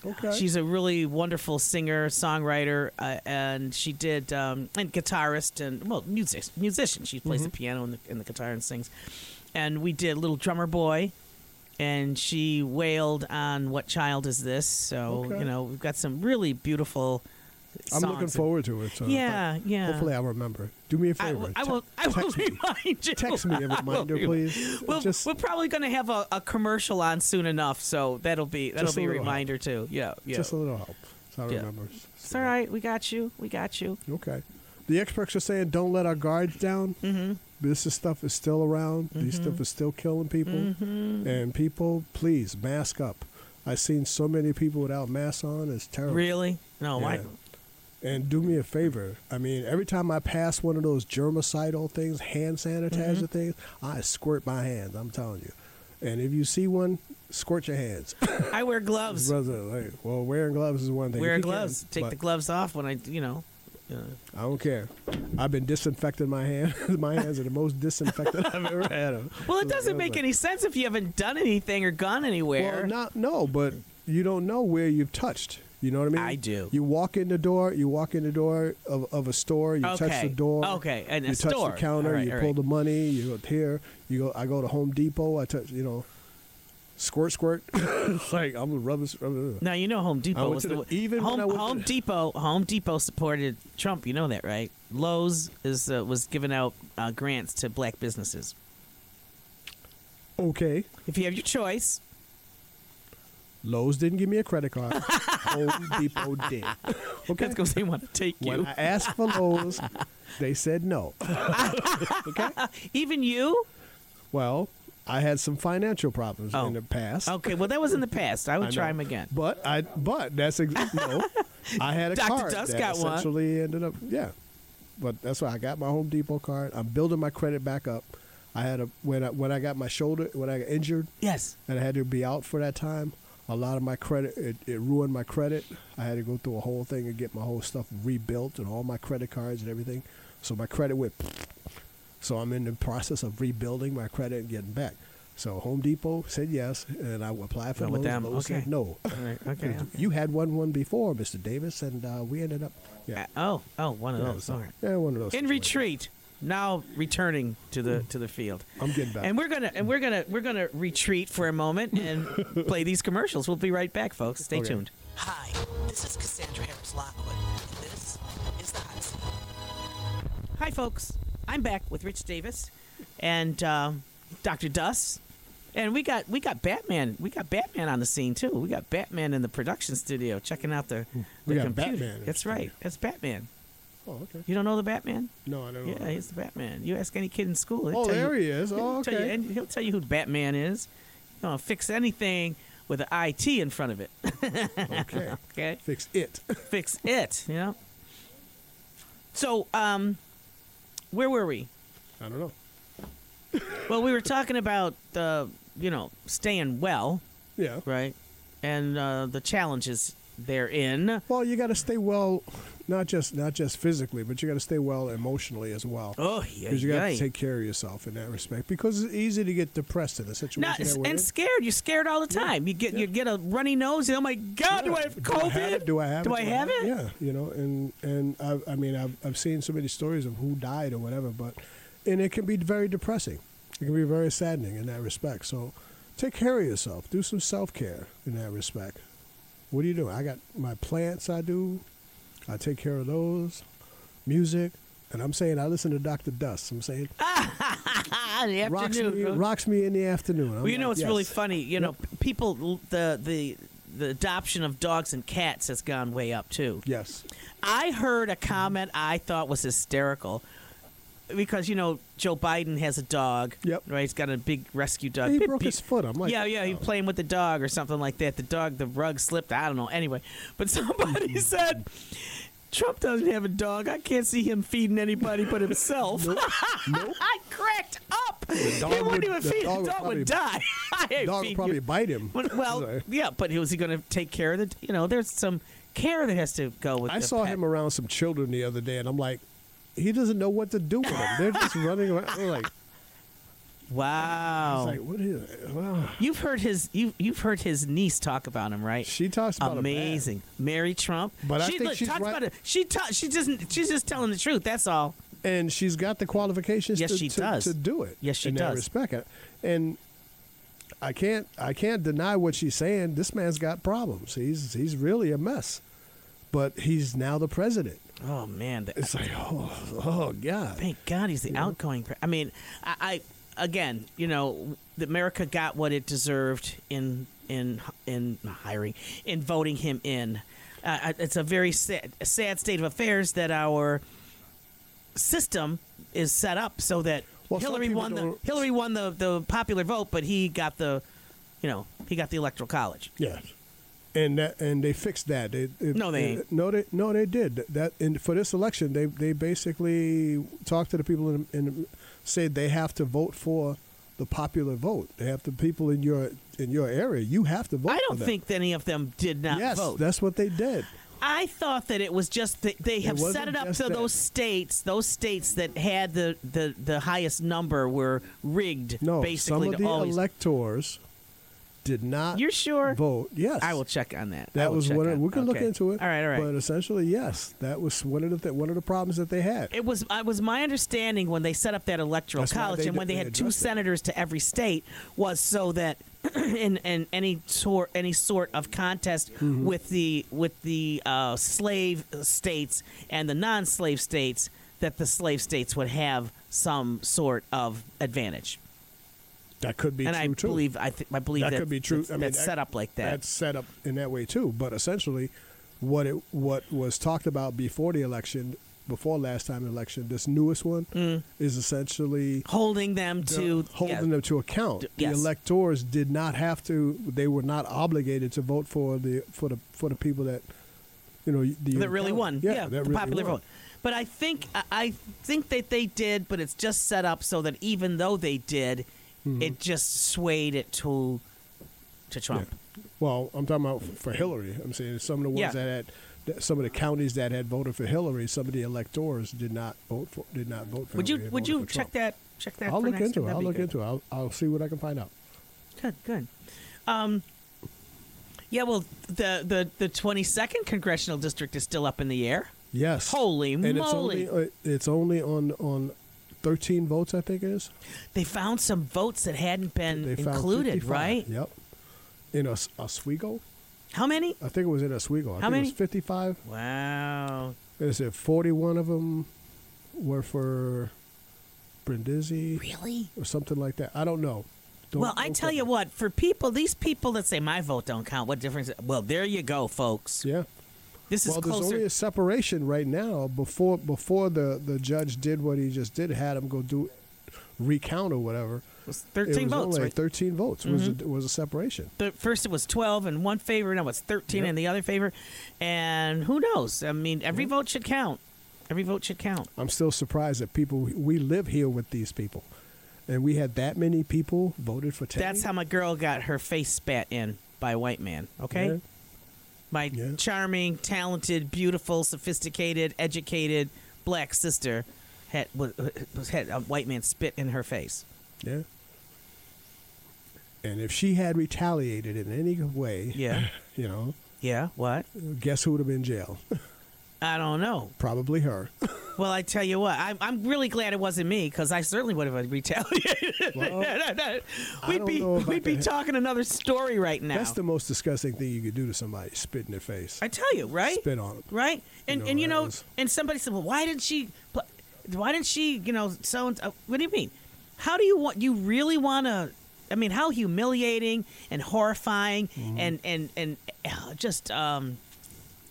C: Okay.
B: She's a really wonderful singer, songwriter, uh, and she did um, and guitarist and well, music musician. She plays the piano and the, and the guitar and sings. And we did Little Drummer Boy, and she wailed on "What Child Is This." So
C: Okay.
B: you know we've got some really beautiful.
C: I'm looking
B: songs.
C: forward to it. So if I-
B: Yeah, yeah.
C: Hopefully, I'll remember. Do me a
B: I
C: favor.
B: will- I
C: Te-
B: will. I will
C: text me.
B: remind you.
C: Text me a
B: I will
C: reminder,
B: remind-
C: please.
B: We'll,
C: Just-
B: we're probably going to have a, a commercial on soon enough, so that'll be that'll
C: Just a
B: be a
C: little help.
B: reminder too. Yeah, yeah.
C: Just a little help. So I
B: Yeah.
C: remember.
B: It's all right. We got you. We got you.
C: Okay. The experts are saying don't let our guards down. Mm-hmm. This is stuff is still around. This
B: Mm-hmm.
C: stuff is still killing people. And people, please mask up. I've seen so many people without masks on. It's terrible.
B: Really? No, I.
C: Oh. Yeah. And do me a favor. I mean, every time I pass one of those germicidal things, hand sanitizer
B: Mm-hmm.
C: things, I squirt my hands. I'm telling you. And if you see one, squirt your hands.
B: I wear gloves.
C: Brother, like, well, wearing gloves is one thing.
B: Wear
C: If you can,
B: gloves. Take
C: but
B: the gloves off when I, you know. uh,
C: I don't care. I've been disinfecting my hands. my hands are the most disinfected I've ever had. 'em.
B: Well, it doesn't make any sense if you haven't done anything or gone anywhere.
C: Well, not no, but you don't know where you've touched. You know what I mean?
B: I do.
C: You walk in the door. You walk in the door of, of a store. You touch
B: Okay.
C: the door.
B: Okay, and a
C: you touch
B: store.
C: the counter.
B: All right,
C: you
B: all
C: pull
B: right.
C: the money. You go here. You go. I go to Home Depot. I touch. You know, squirt, squirt. It's like I'm a rubber. rubber.
B: Now you know Home
C: I
B: Depot
C: went
B: was
C: to
B: the,
C: the- even when
B: Home,
C: I went to
B: Home
C: the-
B: Depot. Home Depot supported Trump. You know that, right? Lowe's is uh, was giving out uh, grants to black businesses.
C: Okay.
B: If you have your choice,
C: Lowe's didn't give me a credit card. Home Depot did. Okay.
B: that's because they want to take
C: When
B: you.
C: I asked for Lowe's, they said no. okay.
B: Even you?
C: Well, I had some financial problems
B: Oh.
C: in the past.
B: Okay. Well, that was in the past. I would
C: I
B: try
C: know.
B: him again.
C: But I but that's ex- no. I had a
B: Dr.
C: card
B: Dust
C: that
B: got one.
C: essentially ended up yeah. But that's why I got my Home Depot card. I'm building my credit back up. I had a when I when I got my shoulder when I got injured
B: Yes.
C: and I had to be out for that time. A lot of my credit it, it ruined my credit. I had to go through a whole thing and get my whole stuff rebuilt and all my credit cards and everything. So my credit went. So I'm in the process of rebuilding my credit and getting back. So Home Depot said yes, and I applied for
B: Went with
C: Lowe's.
B: them,
C: Lowe's
B: okay.
C: said no.
B: All right. Okay. okay.
C: You had one one before, Mr. Davis, and uh, we ended up yeah,
B: Oh, oh, one of
C: yeah,
B: those.
C: so-
B: All right.
C: yeah, one of those.
B: In
C: situations.
B: retreat, now returning to the to the field.
C: I'm getting back.
B: And we're gonna and we're gonna we're gonna retreat for a moment and play these commercials. We'll be right back, folks. Stay
C: Okay.
B: tuned.
A: Hi, this is Cassandra Harris Lockwood, and this is the hot seat.
B: folks. I'm back with Rich Davis and um, Dr. Dust. And we got we got Batman. We got Batman on the scene too. We got Batman in the production studio checking out the, the
C: We got
B: computer.
C: Batman in the
B: That's right.
C: studio.
B: That's Batman.
C: Oh, okay.
B: You don't know the Batman?
C: No, I don't know.
B: Yeah, he's the Batman. You ask any kid in school. they'll
C: oh,
B: tell you-
C: there he is. Oh,
B: He'll tell you-
C: okay.
B: and he'll tell you who Batman is. You know, fix anything with an IT in front of it.
C: okay.
B: Okay,
C: Fix it.
B: fix it. You know. So, um, where were we?
C: I don't know.
B: Well, we were talking about the you know staying well,
C: Yeah.
B: right, and uh, the challenges therein.
C: Well, you got to stay well, not just not just physically, but you got to stay well emotionally as well.
B: Oh, yeah,
C: Because you got to take care of yourself in that respect. Because it's easy to get depressed in a situation
B: No,
C: that
B: it's-
C: we're in.
B: and scared. You're scared all the time. You get you get a runny nose. And, oh my God, do I have
C: Do I have
B: COVID?
C: it? Do I have
B: Do
C: it?
B: I have it?
C: Yeah, you know, and and I, I mean, I've I've seen so many stories of who died or whatever, but and it can be very depressing. It can be very saddening in that respect. So, take care of yourself. Do some self care in that respect. What do you do? I got my plants. I do. I take care of those. Music, and I'm saying I listen to Dr. Dust. I'm saying
B: Ah, in the
C: rocks
B: afternoon.
C: me,
B: huh?
C: rocks me in the afternoon. I'm
B: Well, you know,
C: like,
B: it's really
C: yes.
B: funny. You know, p- people the the the adoption of dogs and cats has gone way up too.
C: Yes.
B: I heard a comment I thought was hysterical because you know Joe Biden has a dog.
C: Yep.
B: Right, he's got a big rescue dog.
C: He
B: Big
C: broke
B: be-
C: his foot. I'm like,
B: yeah, yeah, he
C: oh.
B: was playing with the dog or something like that. The dog, the rug slipped. I don't know. Anyway, but somebody said. Trump doesn't have a dog. I can't see him feeding anybody but himself.
C: Nope.
B: I cracked up. He
C: dog
B: wouldn't
C: would-
B: even
C: the
B: feed.
C: dog
B: The
C: would
B: dog would die. I ain't
C: Dog
B: feeding
C: will
B: you.
C: probably bite him.
B: Well, well
C: Sorry.
B: yeah, but he was he going to take care of the? You know, there's some care that has to go with.
C: I
B: the
C: saw
B: pet.
C: him around some children the other day, and I'm like, he doesn't know what to do with them. They're just running around. I'm like,
B: Wow, Oh.
C: it's like, what is? It? Wow.
B: you've heard his you you've heard his niece talk about him, right?
C: She talks about it bad.
B: amazing, Mary Trump.
C: But I
B: she,
C: think
B: look,
C: she's
B: talks
C: right-
B: about it. She ta- she doesn't. She's just telling the truth. That's all.
C: and she's got the qualifications.
B: Yes,
C: to,
B: she
C: to,
B: does.
C: to do it.
B: Yes, she
C: in That
B: does.
C: respect, I- and I can't I can't deny what she's saying. This man's got problems. He's he's really a mess, but he's now the president.
B: Oh man, the-
C: It's like, oh, oh God.
B: thank God he's the outgoing. Pre- I mean, I, I again, you know, the America got what it deserved in in in hiring in voting him in. Uh, I- it's a very sad, a sad state of affairs that our system is set up so that
C: Well, some
B: Hillary
C: people
B: won the
C: don't-
B: Hillary won the the popular vote, but he got the you know he got the electoral college.
C: Yes. And that, and they fixed that. They, it-
B: No, they
C: it-
B: ain't.
C: no, they no, they did that. And for this election, they they basically talked to the people and, and said they have to vote for the popular vote. They have the people in your in your area. You have to vote.
B: I
C: for
B: don't
C: them.
B: think any of them did not
C: Yes,
B: vote.
C: that's what they did.
B: I thought that it was just that they have set
C: wasn't
B: it up
C: just
B: so
C: that.
B: those states, those states that had the, the, the highest number were rigged.
C: No,
B: basically
C: some
B: to
C: of the
B: always.
C: electors did not.
B: You're sure?
C: Vote yes.
B: I will check on that. I
C: That
B: will
C: was
B: check
C: one.
B: on-
C: Of, we can look
B: okay.
C: into it.
B: All right, all right.
C: But essentially, yes, that was one of the th- one of the problems that they had.
B: it was it was my understanding when they set up that electoral
C: That's why
B: college
C: they
B: and when
C: did-
B: they
C: they
B: had two
C: addressed it.
B: senators to every state was so that in, in any sort any sort of contest
C: Mm-hmm.
B: with the with the uh, slave states and the non-slave states that the slave states would have some sort of advantage.
C: that could be
B: and
C: true
B: I
C: too.
B: believe I, th- I believe that,
C: that, could be true.
B: That's,
C: I mean,
B: that's
C: that-
B: set up like that.
C: That's set up in that way too. But essentially, what it what was talked about before the election, before last time election, this newest one is essentially
B: holding them Mm. to
C: holding
B: yeah.
C: them to account.
B: D-
C: The
B: yes.
C: electors did not have to; they were not obligated to vote for the for the for the people that you know the
B: that really won. Yeah,
C: that
B: the
C: really
B: popular
C: won.
B: vote. But I think I- I think that they did, but it's just set up so that even though they did,
C: Mm-hmm.
B: it just swayed it to to Trump.
C: Well, I'm talking about for Hillary. I'm saying some of the ones
B: Yeah.
C: that had, that some of the counties that had voted for Hillary, some of the electors did not vote for did not vote for.
B: Would
C: Hillary
B: you
C: and
B: would
C: voted
B: you
C: for
B: check that
C: Trump.
B: check that?
C: I'll
B: for
C: look
B: next E?
C: into
B: time?
C: it. I'll
B: That'd
C: look
B: be good.
C: into it. I'll, I'll see what I can find out.
B: Good, good. Um, yeah. Well, the the the twenty second congressional district is still up in the air.
C: Yes.
B: Holy
C: and it's
B: moly!
C: only uh, it's only on on thirteen votes. I think it is.
B: they found some votes that hadn't been
C: They found
B: included,
C: 55.
B: right?
C: Yep. In Os- Oswego,
B: How many?
C: I think it was in Oswego. I
B: How
C: think
B: many?
C: It was Fifty-five.
B: Wow.
C: They said forty-one of them were for Brindisi
B: Really?
C: or something like that. I don't know. Don't,
B: well, I
C: don't
B: tell
C: quote
B: you
C: me.
B: what, for people, these people that say my vote don't count, what difference? Well, there you go, folks.
C: Yeah.
B: This is
C: Well, there's
B: closer.
C: only a separation right now. Before before the, the judge did what he just did, had him go do recount or whatever.
B: It's
C: it
B: 13
C: was
B: votes,
C: only
B: right? Mm-hmm.
C: Thirteen votes was a, was a separation.
B: the first it was 12 in one favor now it's 13
C: Yep.
B: in the other favor and who knows i mean every vote should count every vote should count
C: I'm still surprised that people we live here with these people, and we had that many people voted for Teddy.
B: that's how my girl got her face spat in by a white man okay
C: Yeah.
B: my
C: Yeah.
B: charming talented beautiful sophisticated educated black sister had was, was had a white man spit in her face
C: Yeah. And if she had retaliated in any way,
B: Yeah.
C: you know,
B: yeah what
C: guess who would have been in jail?
B: i don't know
C: Probably her.
B: Well, I tell you what, I'm, I'm really glad it wasn't me because I certainly would have retaliated.
C: Well,
B: we'd
C: don't
B: be
C: know about
B: we'd be
C: that.
B: talking another story right now.
C: That's the most disgusting thing you could do to somebody: spit in their face,
B: I tell you, right?
C: spit on them.
B: Right? And
C: know,
B: and you
C: that
B: know,
C: was-
B: and somebody said, well, why didn't she? pl- Why didn't she? You know, so and so- what do you mean? How do you want? You really want to? I mean, how humiliating and horrifying
C: Mm-hmm.
B: and and and uh, just um, uh,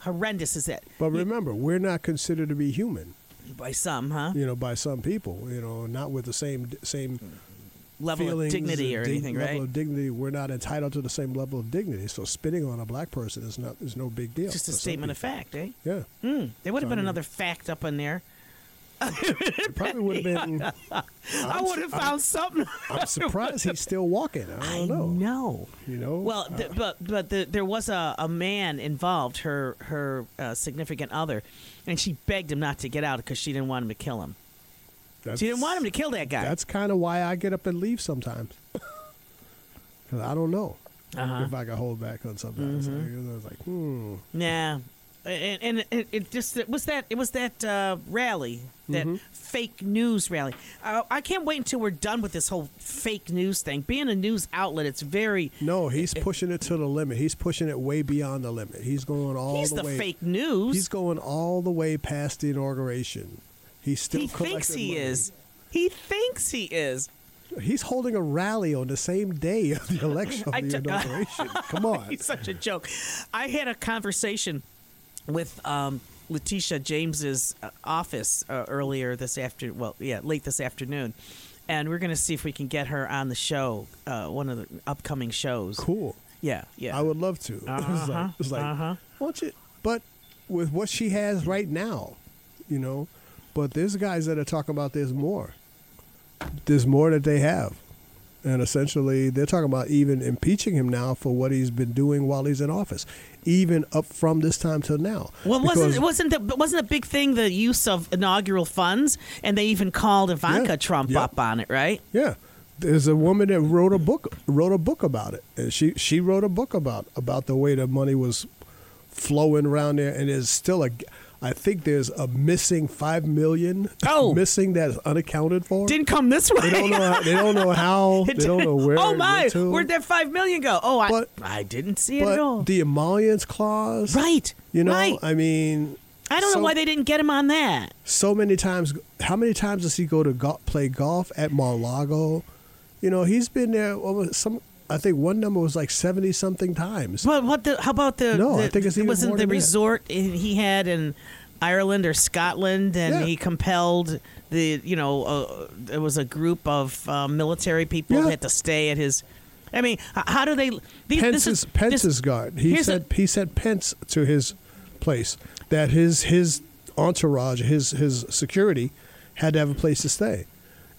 B: horrendous is it
C: But remember, we're not considered to be human,
B: by some, huh?
C: you know, by some people. You know, not with the same same
B: Level
C: feelings
B: of dignity
C: and
B: or
C: dig-
B: anything,
C: level
B: right?
C: of dignity. We're not entitled to the same level of dignity. So spitting on a black person is not is no big deal.
B: just
C: for
B: a
C: some
B: statement of
C: people.
B: fact, eh?
C: Mm. Yeah,
B: Hmm, there would have been
C: So, I mean-
B: another fact up in there.
C: it probably would have been.
B: I would have found something.
C: I'm surprised he's still walking. I don't know.
B: know.
C: You know.
B: Well,
C: Uh,
B: th but but the, there was a, a man involved, her her uh, significant other, and she begged him not to get out because she didn't want him to kill him.
C: that's-
B: She didn't want him to kill that guy.
C: That's kind of why I get up and leave sometimes. 'Cause I don't know
B: Uh-huh. Mm-hmm.
C: if I can hold back on something. So, you know, I was like, hmm.
B: Nah, and, and it, it just it was that it was that uh, rally, that
C: Mm-hmm.
B: fake news rally. Uh, I can't wait until we're done with this whole fake news thing. Being a news outlet, it's very
C: No, he's pushing it to the limit. He's pushing it way beyond the limit. He's going all
B: he's
C: the,
B: the
C: way.
B: fake news.
C: He's going all the way past the inauguration. He's still
B: he thinks
C: collecting
B: he
C: money.
B: is. He thinks he is.
C: He's holding a rally on the same day of the election, of
B: I
C: the
B: t-
C: inauguration. Come on.
B: He's such a joke. I had a conversation with um, Letitia James's uh, office uh, earlier this afternoon. Well, yeah, late this afternoon, and we're going to see if we can get her on the show, uh, one of the upcoming shows.
C: Cool.
B: Yeah, yeah.
C: I would love to. It's
B: Uh-huh,
C: like, it's like
B: uh-huh.
C: won't you? But with what she has right now, you know. But there's guys that are talking about there's more. There's more that they have, and essentially they're talking about even impeaching him now for what he's been doing while he's in office, even up from this time till now.
B: well, wasn't
C: Because-
B: wasn't the wasn't the big thing the use of inaugural funds, and they even called Ivanka
C: Yeah,
B: Trump
C: yeah.
B: up on it, right?
C: Yeah. There's a woman that wrote a book wrote a book about it. And she she wrote a book about about the way the money was flowing around there and there's still a I think there's a missing 5 million
B: Oh.
C: missing that's unaccounted for.
B: Didn't come this way.
C: they don't know how, they don't know how they don't know where
B: oh
C: it
B: my!
C: went to.
B: Where'd that five million go? Oh, I
C: But-
B: I didn't see it at all.
C: but the emollients clause
B: Right.
C: you know
B: right.
C: I mean
B: I don't
C: so-
B: know why they didn't get him on that.
C: so many times. How many times does he go to go- play golf at Mar-a-Lago? You know, he's been there over some. I think one number was like seventy something times.
B: But what the? How about the?
C: No, I
B: the-
C: think it's even
B: wasn't
C: more
B: the
C: than that.
B: resort in- he had in Ireland or Scotland, and
C: Yeah.
B: he compelled the you know uh, there was a group of uh, military people
C: Yeah.
B: who had to stay at his. I mean, h- how do they? These,
C: Pence
B: this
C: is,
B: is
C: Pence
B: this-
C: is God. He
B: here's
C: said he sent Pence to his place that his his entourage, his his security, had to have a place to stay.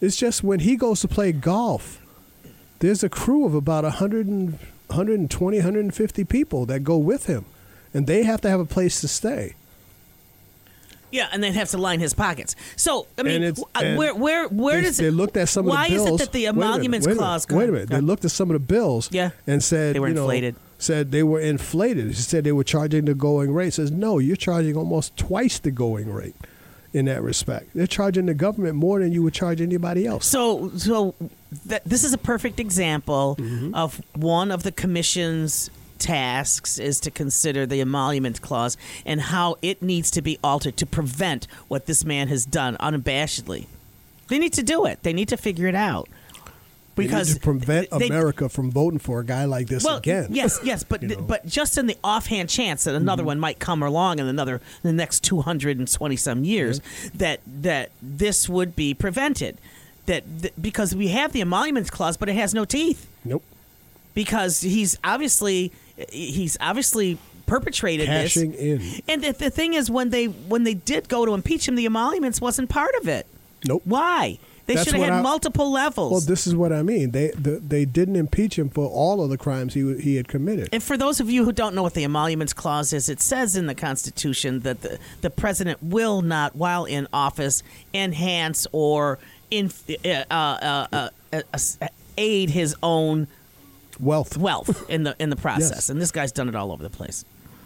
C: It's just when he goes to play golf, there's a crew of about 100 and, 120, 150 people that go with him, and they have to have a place to stay.
B: Yeah, and they'd have to line his pockets. So I mean,
C: And it's-
B: uh,
C: and
B: where where where
C: they,
B: does
C: they
B: it?
C: looked at some
B: why
C: of the bills.
B: is it that the
C: Wait a minute,
B: emoluments
C: wait a minute,
B: clause?
C: Wait a minute. They looked at some of the bills.
B: Yeah.
C: And said
B: They were
C: you know,
B: inflated.
C: Said they were inflated. She said they were charging the going rate. Says no, you're charging almost twice the going rate. In that respect, they're charging the government more than you would charge anybody else.
B: So,
C: Mm-hmm.
B: so th- this is a perfect example of one of the commission's tasks is to consider the emolument clause and how it needs to be altered to prevent what this man has done unabashedly. They need to do it. They need to figure it out.
C: They need to
B: Because
C: prevent
B: they-
C: America from voting for a guy like this
B: well,
C: again.
B: Yes, yes, but
C: You
B: th-
C: know. Mm-hmm.
B: but just in the offhand chance that another one might come along in another in the next two hundred and twenty some years, that that this would be prevented, that th- because we have the emoluments clause, but it has no teeth
C: Nope.
B: because he's obviously he's obviously perpetrated
C: Cashing
B: this.
C: in.
B: And the, the thing is, when they when they did go to impeach him, the emoluments wasn't part of it.
C: Nope.
B: Why? They
C: That's
B: should have
C: what
B: had
C: I-
B: multiple levels.
C: Well, this is what I mean. They the, they didn't impeach him for all of the crimes he wa- he had committed.
B: And for those of you who don't know what the emoluments clause is, it says in the Constitution that the, the president will not, while in office, enhance or inf- uh, uh, uh, uh, uh, uh, aid his own
C: Wealth.
B: wealth in the in the process.
C: Yes.
B: And this guy's done it all over the place.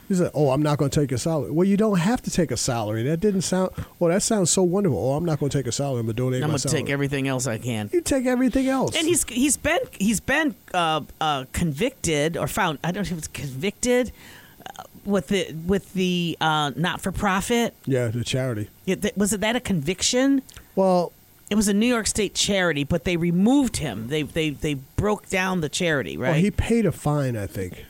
C: He said, "Oh, I'm not going to take a salary." Well, you don't have to take a salary. That didn't sound. Oh, that sounds so wonderful. Oh, I'm not going to take a salary. I'm going to donate
B: I'm
C: my
B: going to
C: salary.
B: take everything else I can.
C: you take everything else.
B: And he's he's been he's been uh, uh, convicted or found. I don't know if it's convicted uh, with the with the uh, not for profit.
C: yeah, the charity.
B: Was it that a conviction?
C: Well,
B: It was a New York State charity, but they removed him. They they they broke down the charity, right?
C: well, Oh, he paid a fine. I think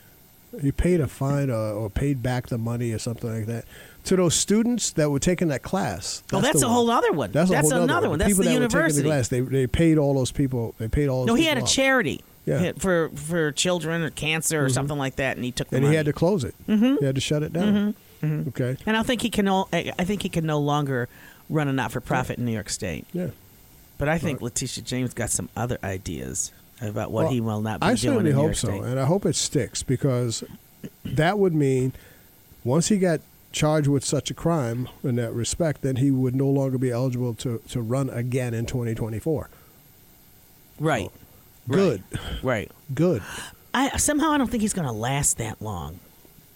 C: he paid a fine uh, or paid back the money or something like that to those students that were taking that class.
B: Oh, that's
C: the
B: a
C: one.
B: whole other one.
C: That's,
B: That's
C: a whole other
B: another one. That's
C: people
B: the
C: that Were taking
B: university.
C: the class, they they paid all those people. They paid all. Those
B: no, he had a
C: people off.
B: charity
C: Yeah.
B: hit for for children or cancer or something like that, and he took the
C: Mm-hmm. and
B: money.
C: he had to close it. Mm-hmm. He had to shut it down.
B: Mm-hmm.
C: Okay.
B: and I think he can. All, I I think he can no longer run a not for profit in New York State.
C: Yeah.
B: But I think Letitia James got some other ideas about what
C: Well,
B: he will not be doing
C: I
B: in
C: certainly
B: New
C: hope
B: York
C: so,
B: State.
C: and I hope it sticks because that would mean once he got charged with such a crime in that respect, then he would no longer be eligible to, to run again in 2024.
B: right,
C: Good,
B: right.
C: good.
B: I somehow I don't think he's going to last that long.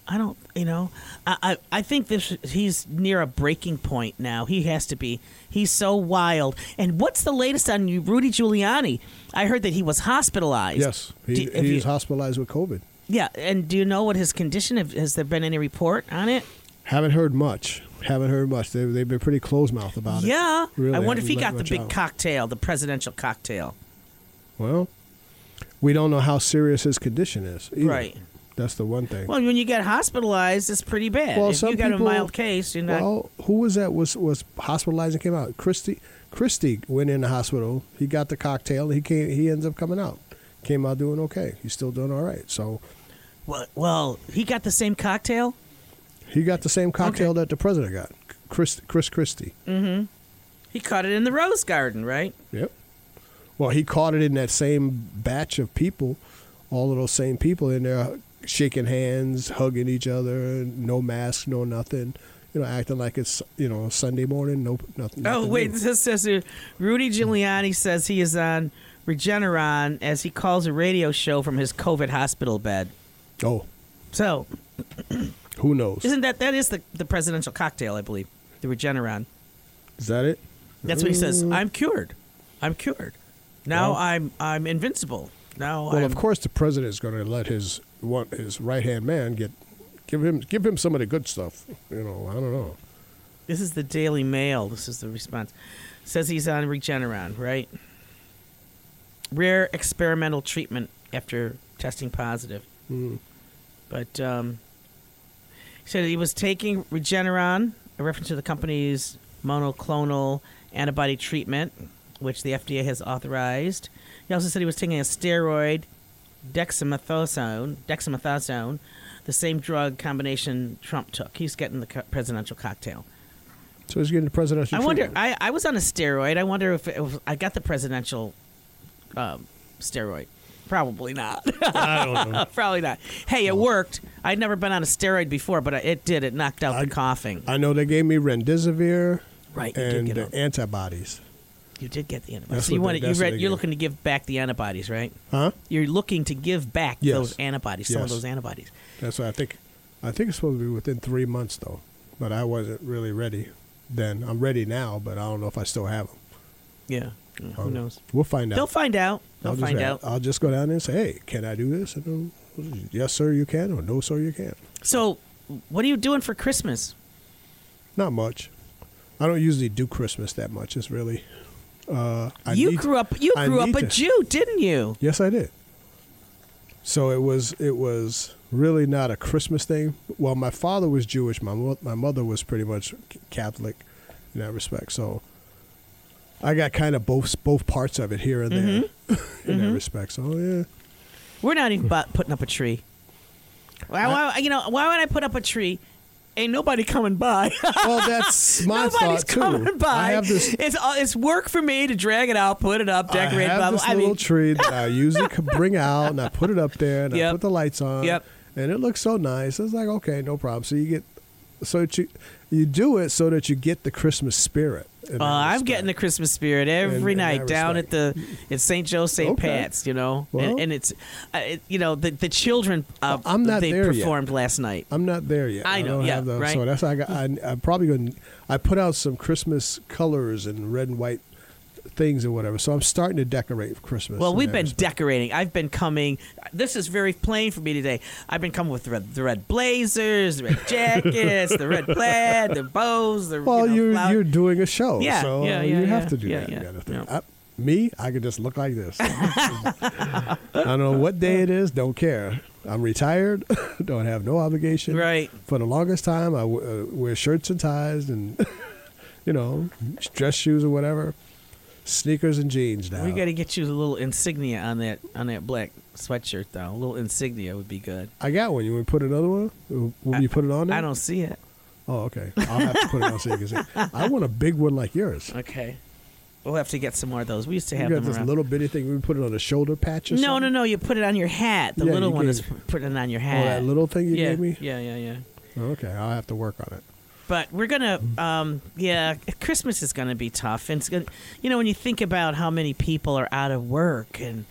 B: I don't, you know, I, I I think this he's near a breaking point now. He has to be. He's so wild. And what's the latest on you, Rudy Giuliani? I heard that he was hospitalized.
C: Yes,
B: Do-
C: he,
B: if
C: he's
B: you-
C: hospitalized with COVID.
B: yeah. And do you know what his condition? Have- Has there been any report on it?
C: Haven't heard much. Haven't heard much. They, they've been pretty close mouthed about it.
B: Yeah.
C: Really
B: I wonder if he got
C: haven't
B: the
C: let
B: big
C: much out.
B: cocktail, the presidential cocktail.
C: Well, we don't know how serious his condition is. either.
B: Right.
C: That's the one thing.
B: Well, when you get hospitalized, it's pretty bad.
C: Well,
B: if
C: some
B: you got
C: people-
B: a mild case, you're not.
C: Well, who was that? Was was hospitalized and came out? Christy Christy went in the hospital. He got the cocktail. He came. He ends up coming out. Came out doing okay. He's still doing all right. So
B: well, well, he got the same cocktail.
C: he got the same cocktail that the president got. Chris Chris Christie.
B: He caught it in the rose garden, right?
C: Yep. Well, he caught it in that same batch of people. All of those same people in there shaking hands, hugging each other, no mask, no nothing. You know, acting like it's you know Sunday morning. No nothing.
B: Oh,
C: nothing new.
B: wait, this says here, Rudy Giuliani says he is on Regeneron as he calls a radio show from his COVID hospital bed.
C: Oh,
B: So,
C: who knows?
B: isn't that that is the, the presidential cocktail, I believe, the Regeneron.
C: Is that it?
B: That's what he says. I'm cured. I'm cured. Now
C: Well-
B: I'm I'm invincible. Now
C: Well,
B: I'm,
C: of course, the president is going to let his want his right hand man get give him give him some of the good stuff. You know, I don't know.
B: This is the Daily Mail. This is the response. Says he's on Regeneron, right? Rare experimental treatment after testing positive. But um, he said he was taking Regeneron, a reference to the company's monoclonal antibody treatment, which the FDA has authorized. He also said he was taking a steroid, dexamethasone, dexamethasone, the same drug combination Trump took. He's getting the co- presidential cocktail.
C: So he's getting the presidential.
B: I wonder.
C: treatment.
B: I, I was on a steroid. I wonder if, it was- I got the presidential um, steroid. Probably not.
C: I don't know.
B: Probably not. Hey, it worked. I'd never been on a steroid before, but I- it did. It knocked out
C: I-
B: the coughing.
C: I know they gave me rendezvous
B: Right, you did
C: and
B: get
C: the
B: them.
C: antibodies.
B: you did get the antibodies.
C: That's
B: So you
C: what they-
B: wanted. You
C: that's what
B: read.
C: they
B: You're
C: give.
B: looking to give back the antibodies, right?
C: Huh?
B: You're looking to give back
C: Yes.
B: those antibodies. Some of
C: Yes.
B: those antibodies.
C: That's what I think. I think it's supposed to be within three months though, but I wasn't really ready then. I'm ready now, but I don't know if I still have them.
B: Yeah. Who knows?
C: We'll find out.
B: They'll find out. They'll
C: I'll just
B: find
C: ra-
B: out.
C: I'll just go down there and say, "Hey, can I do this?" And then yes sir you can or no sir you can't.
B: So, what are you doing for Christmas?
C: Not much. I don't usually do Christmas that much. It's really. Uh, I
B: you
C: need-
B: grew up. You
C: I
B: grew up
C: need
B: a
C: to.
B: Jew, didn't you?
C: Yes, I did. So it was it was really not a Christmas thing. Well, my father was Jewish. My mo- my mother was pretty much c- Catholic in that respect. So I got kind of both both parts of it here and there
B: Mm-hmm.
C: in that respect. So yeah,
B: We're not even about putting up a tree. Why, why, you know, why would I put up a tree? Ain't nobody coming by.
C: well that's my
B: Nobody's
C: thought too.
B: coming by.
C: I have this
B: It's all- it's work for me to drag it out, put it up, decorate
C: I have
B: blah, blah.
C: this
B: I
C: little
B: mean,
C: tree that I usually could bring out, and I put it up there, and
B: Yep.
C: I put the lights on.
B: Yep.
C: And it looks so nice. It's like okay, no problem. So you get, so that you you do it so that you get the Christmas spirit. in
B: uh,
C: that
B: I'm
C: respect.
B: getting the Christmas spirit every
C: In- in
B: night
C: that
B: down at
C: respect.
B: the at St. Joe St.
C: Okay.
B: Pat's, you know, and,
C: Well-
B: and it's uh, it, you know the the children uh,
C: Well, I'm not
B: they
C: there yet.
B: performed last night.
C: I'm not there yet.
B: I know,
C: don't
B: yeah,
C: have the,
B: right.
C: So that's how I got. I, I'm probably going. to I put out some Christmas colors and red and white things or whatever. So I'm starting to decorate for Christmas.
B: Well,
C: in
B: we've
C: that
B: been
C: respect.
B: decorating. I've been coming. This is very plain for me today. I've been coming with the red, the red blazers, the red jackets, the red plaid, the bows. The you
C: Well,
B: know,
C: you are
B: flower-
C: you're doing a show,
B: Yeah,
C: so
B: yeah, yeah,
C: you
B: yeah,
C: have to do
B: yeah,
C: that
B: yeah,
C: kind of thing.
B: yeah.
C: I, me, I could just look like this. I don't know what day it is. Don't care. I'm retired. don't have no obligation.
B: Right.
C: For the longest time, I w- uh, wear shirts and ties, and you know, dress shoes or whatever, sneakers and jeans. Now
B: We got to get you a little insignia on that on that black sweatshirt though. A little insignia would be good.
C: I got one. You want to put another one? Will will you put it on? There?
B: I don't see it.
C: Oh, okay. I'll have to put it on so you can see. I want a big one like yours.
B: Okay, we'll have to get some more of those. We used to
C: You
B: have
C: got
B: them
C: this
B: around.
C: little bitty thing. We put it on a shoulder patch. Or
B: no,
C: something?
B: no, no. You put it on your hat. The
C: Yeah,
B: little
C: you
B: one
C: gave-
B: is putting it on your hat.
C: Oh, that little thing you
B: yeah,
C: gave me? Oh,
B: Yeah, yeah, yeah.
C: Okay, I'll have to work on it.
B: But we're gonna, um, yeah. Christmas is gonna be tough, and it's gonna, you know, when you think about how many people are out of work and,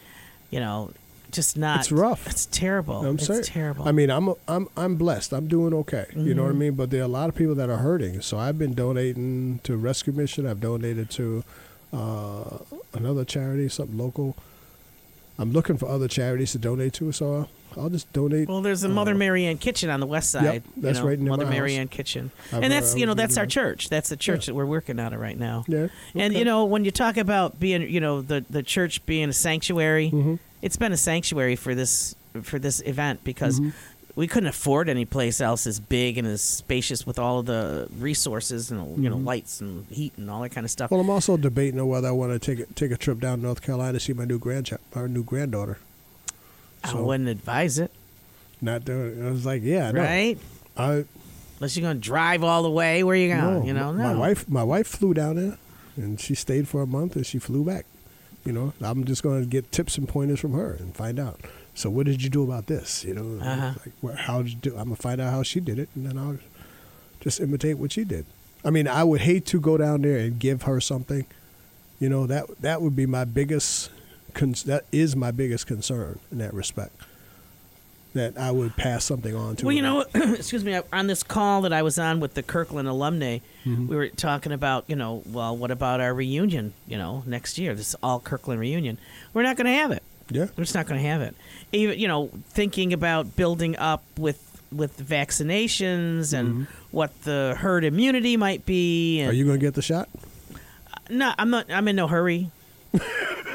B: you know, just not.
C: It's rough.
B: It's terrible.
C: I'm
B: Oh, it's
C: sorry.
B: terrible. Mm-hmm.
C: I mean, I'm I'm I'm blessed. I'm doing okay. You know what I mean? But there are a lot of people that are hurting. So I've been donating to Rescue Mission. I've donated to uh, another charity, something local. I'm looking for other charities to donate to. So I'll, I'll just donate.
B: Well, there's a Mother Mary Ann Kitchen on the west
C: Uh-huh. Yep,
B: side. you
C: that's
B: know,
C: right near
B: Mother
C: my
B: Mary
C: house.
B: Ann Kitchen,
C: I've
B: and
C: heard-
B: that's you know
C: I've heard
B: that's our
C: about it.
B: church. That's the church
C: Yeah.
B: that we're working on it right now.
C: yeah.
B: And
C: okay.
B: you know when you talk about being you know the the church being a sanctuary,
C: Mm-hmm.
B: it's been a sanctuary for this for this event because.
C: Mm-hmm.
B: We couldn't afford any place else as big and as spacious with all of the resources and you know lights and heat and all that kind of stuff.
C: Mm-hmm. Well, I'm also debating on whether I want to take a, take a trip down to North Carolina to see my new grandchild, our new granddaughter.
B: I
C: so-
B: wouldn't advise it,
C: Not doing. I was like, yeah, I know.
B: right?
C: I
B: Unless you're going to drive all the way, where you going?
C: No,
B: you know,
C: m- my
B: no.
C: wife, my wife flew down there, and she stayed for a month, and she flew back. You know, I'm just going to get tips and pointers from her and find out. So, what did you do about this? You know,
B: Uh-huh.
C: like wha- how did you do? I'm gonna find out how she did it, and then I'll just imitate what she did. I mean, I would hate to go down there and give her something. You know that that would be my biggest. Con- that is my biggest concern in that respect. That I would pass something on to.
B: Well,
C: her.
B: you know, excuse me. On this call that I was on with the Kirkland alumni,
C: Mm-hmm.
B: we were talking about, you know, well, what about our reunion? You know, next year, this all Kirkland reunion. We're not going to have it.
C: Yeah.
B: We're just not going to have it. Even, you know, thinking about building up with with vaccinations and what the herd immunity might be. And
C: Mm-hmm. Are you going to get the shot?
B: no, I'm not. I'm in no hurry.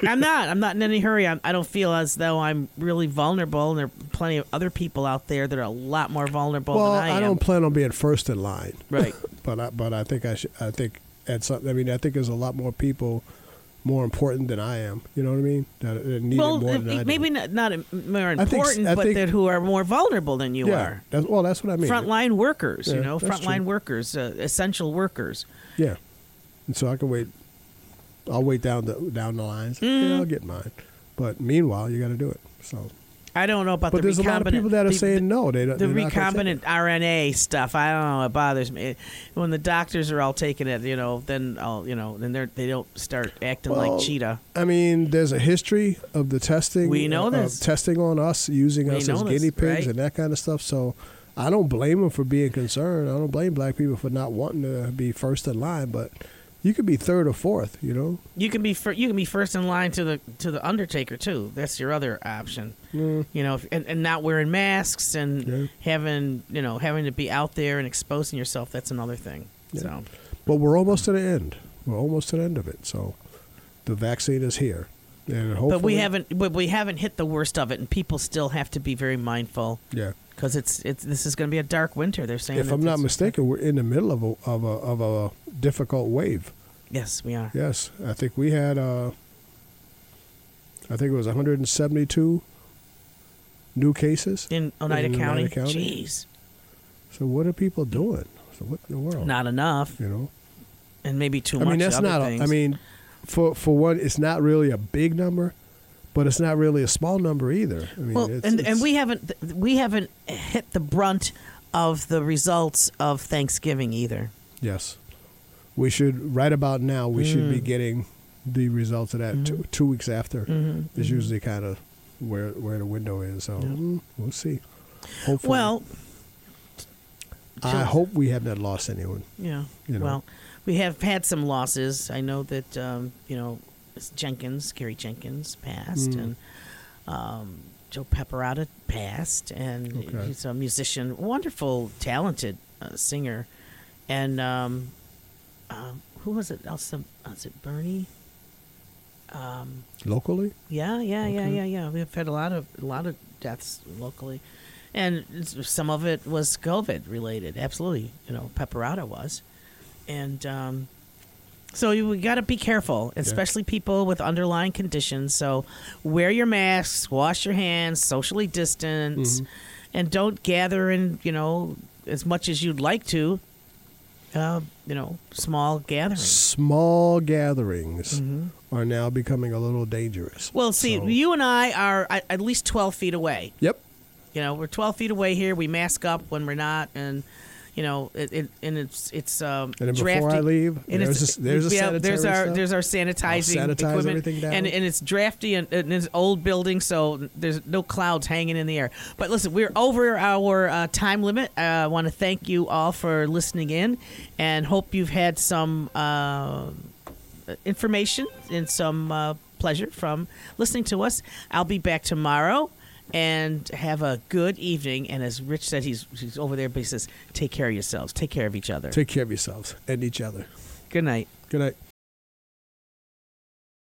B: I'm not. I'm not in any hurry. I'm, I don't feel as though I'm really vulnerable, and there are plenty of other people out there that are a lot more vulnerable
C: Well,
B: than I,
C: I,
B: am.
C: don't plan on being first in line,
B: right.
C: but I, but I think I should. I think at some. I mean, I think there's a lot more people more important than I am. You know what I mean? That, that need it
B: Well,
C: more
B: it-
C: than I do.
B: maybe not, not im- more
C: think s-
B: important,
C: I
B: but
C: think-
B: that who are more vulnerable than you
C: yeah.
B: are.
C: That's, well, that's what I mean.
B: Frontline workers, you
C: Yeah,
B: know,
C: that's
B: frontline
C: true.
B: workers, uh, essential workers.
C: Yeah. And so I can wait. I'll wait down the down the lines.
B: Mm-hmm.
C: Yeah, I'll get mine. But meanwhile, you got to do it. So.
B: I don't know about
C: But
B: the
C: there's a lot of
B: recombinant-
C: people that are
B: the-
C: saying
B: the-
C: no. They don't.
B: the
C: they're not gonna
B: recombinant
C: take it.
B: RNA stuff. I don't know. It bothers me It- when the doctors are all taking it. You know, then I'll you know, then they they don't start acting
C: Well,
B: like cheetah.
C: I mean, there's a history of the testing. uh,
B: We know
C: of
B: this.
C: testing on us, using
B: We
C: us
B: know
C: as
B: this,
C: guinea pigs
B: right?
C: and that kind of stuff. So I don't blame them for being concerned. I don't blame black people for not wanting to be first in line. But You could be third or fourth, you know?
B: You can be fir- you can be first in line to the to the Undertaker too. That's your other option. You know, if, and, and not wearing masks and
C: Yeah.
B: having you know having to be out there and exposing yourself. That's another thing.
C: Yeah.
B: So
C: But we're almost to the end. We're almost to the end of it. So the vaccine is here. And hopefully,
B: but we haven't but we haven't hit the worst of it, and people still have to be very mindful
C: Yeah.
B: because it's it's this is going to be a dark winter. They're saying
C: If
B: that
C: I'm not
B: this-
C: mistaken, we're in the middle of a, of a, of a difficult wave.
B: Yes, we are.
C: Yes, I think we had. Uh, I think it was 172 new cases.
B: In Oneida
C: In
B: County.
C: Oneida County.
B: Jeez,
C: So what are people doing? So what in the world?
B: not enough,
C: you know.
B: and maybe too
C: Oh. I
B: much.
C: mean, that's
B: other
C: not. A,
B: things.
C: I mean, for for one, it's not really a big number, but it's not really a small number either. I mean,
B: Well,
C: it's,
B: and
C: it's-
B: and we haven't th- we haven't hit the brunt of the results of Thanksgiving either.
C: yes, we should right about now. We should
B: Mm.
C: be getting the results of that
B: Mm-hmm.
C: two, two weeks after. Is usually kind of where where the window is. So mm, we'll see. Hopefully,
B: Well,
C: I
B: Sure.
C: hope we have not lost anyone.
B: yeah.
C: You know.
B: Well, we have had some losses. I know that um, you know it's Jenkins, Gary Jenkins passed,
C: Mm.
B: and um, Joe Pepperata passed, and
C: Okay.
B: he's a musician, wonderful, talented uh, singer, and um, um, who was it? Else, was it Bernie? Um,
C: Locally?
B: Yeah, yeah, yeah,
C: Okay.
B: yeah, yeah. We've had a lot of a lot of deaths locally, and s- some of it was COVID related. Absolutely, you know, Pepperada was, and um, so you, we got to be careful, especially people with underlying conditions. So wear your masks, wash your hands, socially distance,
C: Mm-hmm.
B: and don't gather in you know as much as you'd like to. Uh, you know, small gatherings.
C: Small gatherings are now becoming a little dangerous.
B: Mm-hmm. Well, see,
C: So-
B: you and I are at at least twelve feet away.
C: Yep.
B: you know we're 12 feet away here we mask up when we're not and you know it, it and it's it's um
C: And then
B: drafting,
C: before I leave,
B: and
C: there's
B: it's,
C: a, there's a
B: yeah, there's
C: sanitary
B: our
C: stuff.
B: there's our sanitizing
C: I'll sanitize
B: equipment
C: everything down.
B: and and it's drafty and, and it's old building so there's no clouds hanging in the air but listen we're over our uh, time limit Uh, i want to thank you all for listening in and hope you've had some uh, information and some uh, pleasure from listening to us. I'll be back tomorrow and have a good evening. And as Rich said, he's, he's over there, but he says, take care of yourselves, take care of each other.
C: Take care of yourselves and each other.
B: good night.
C: Good night.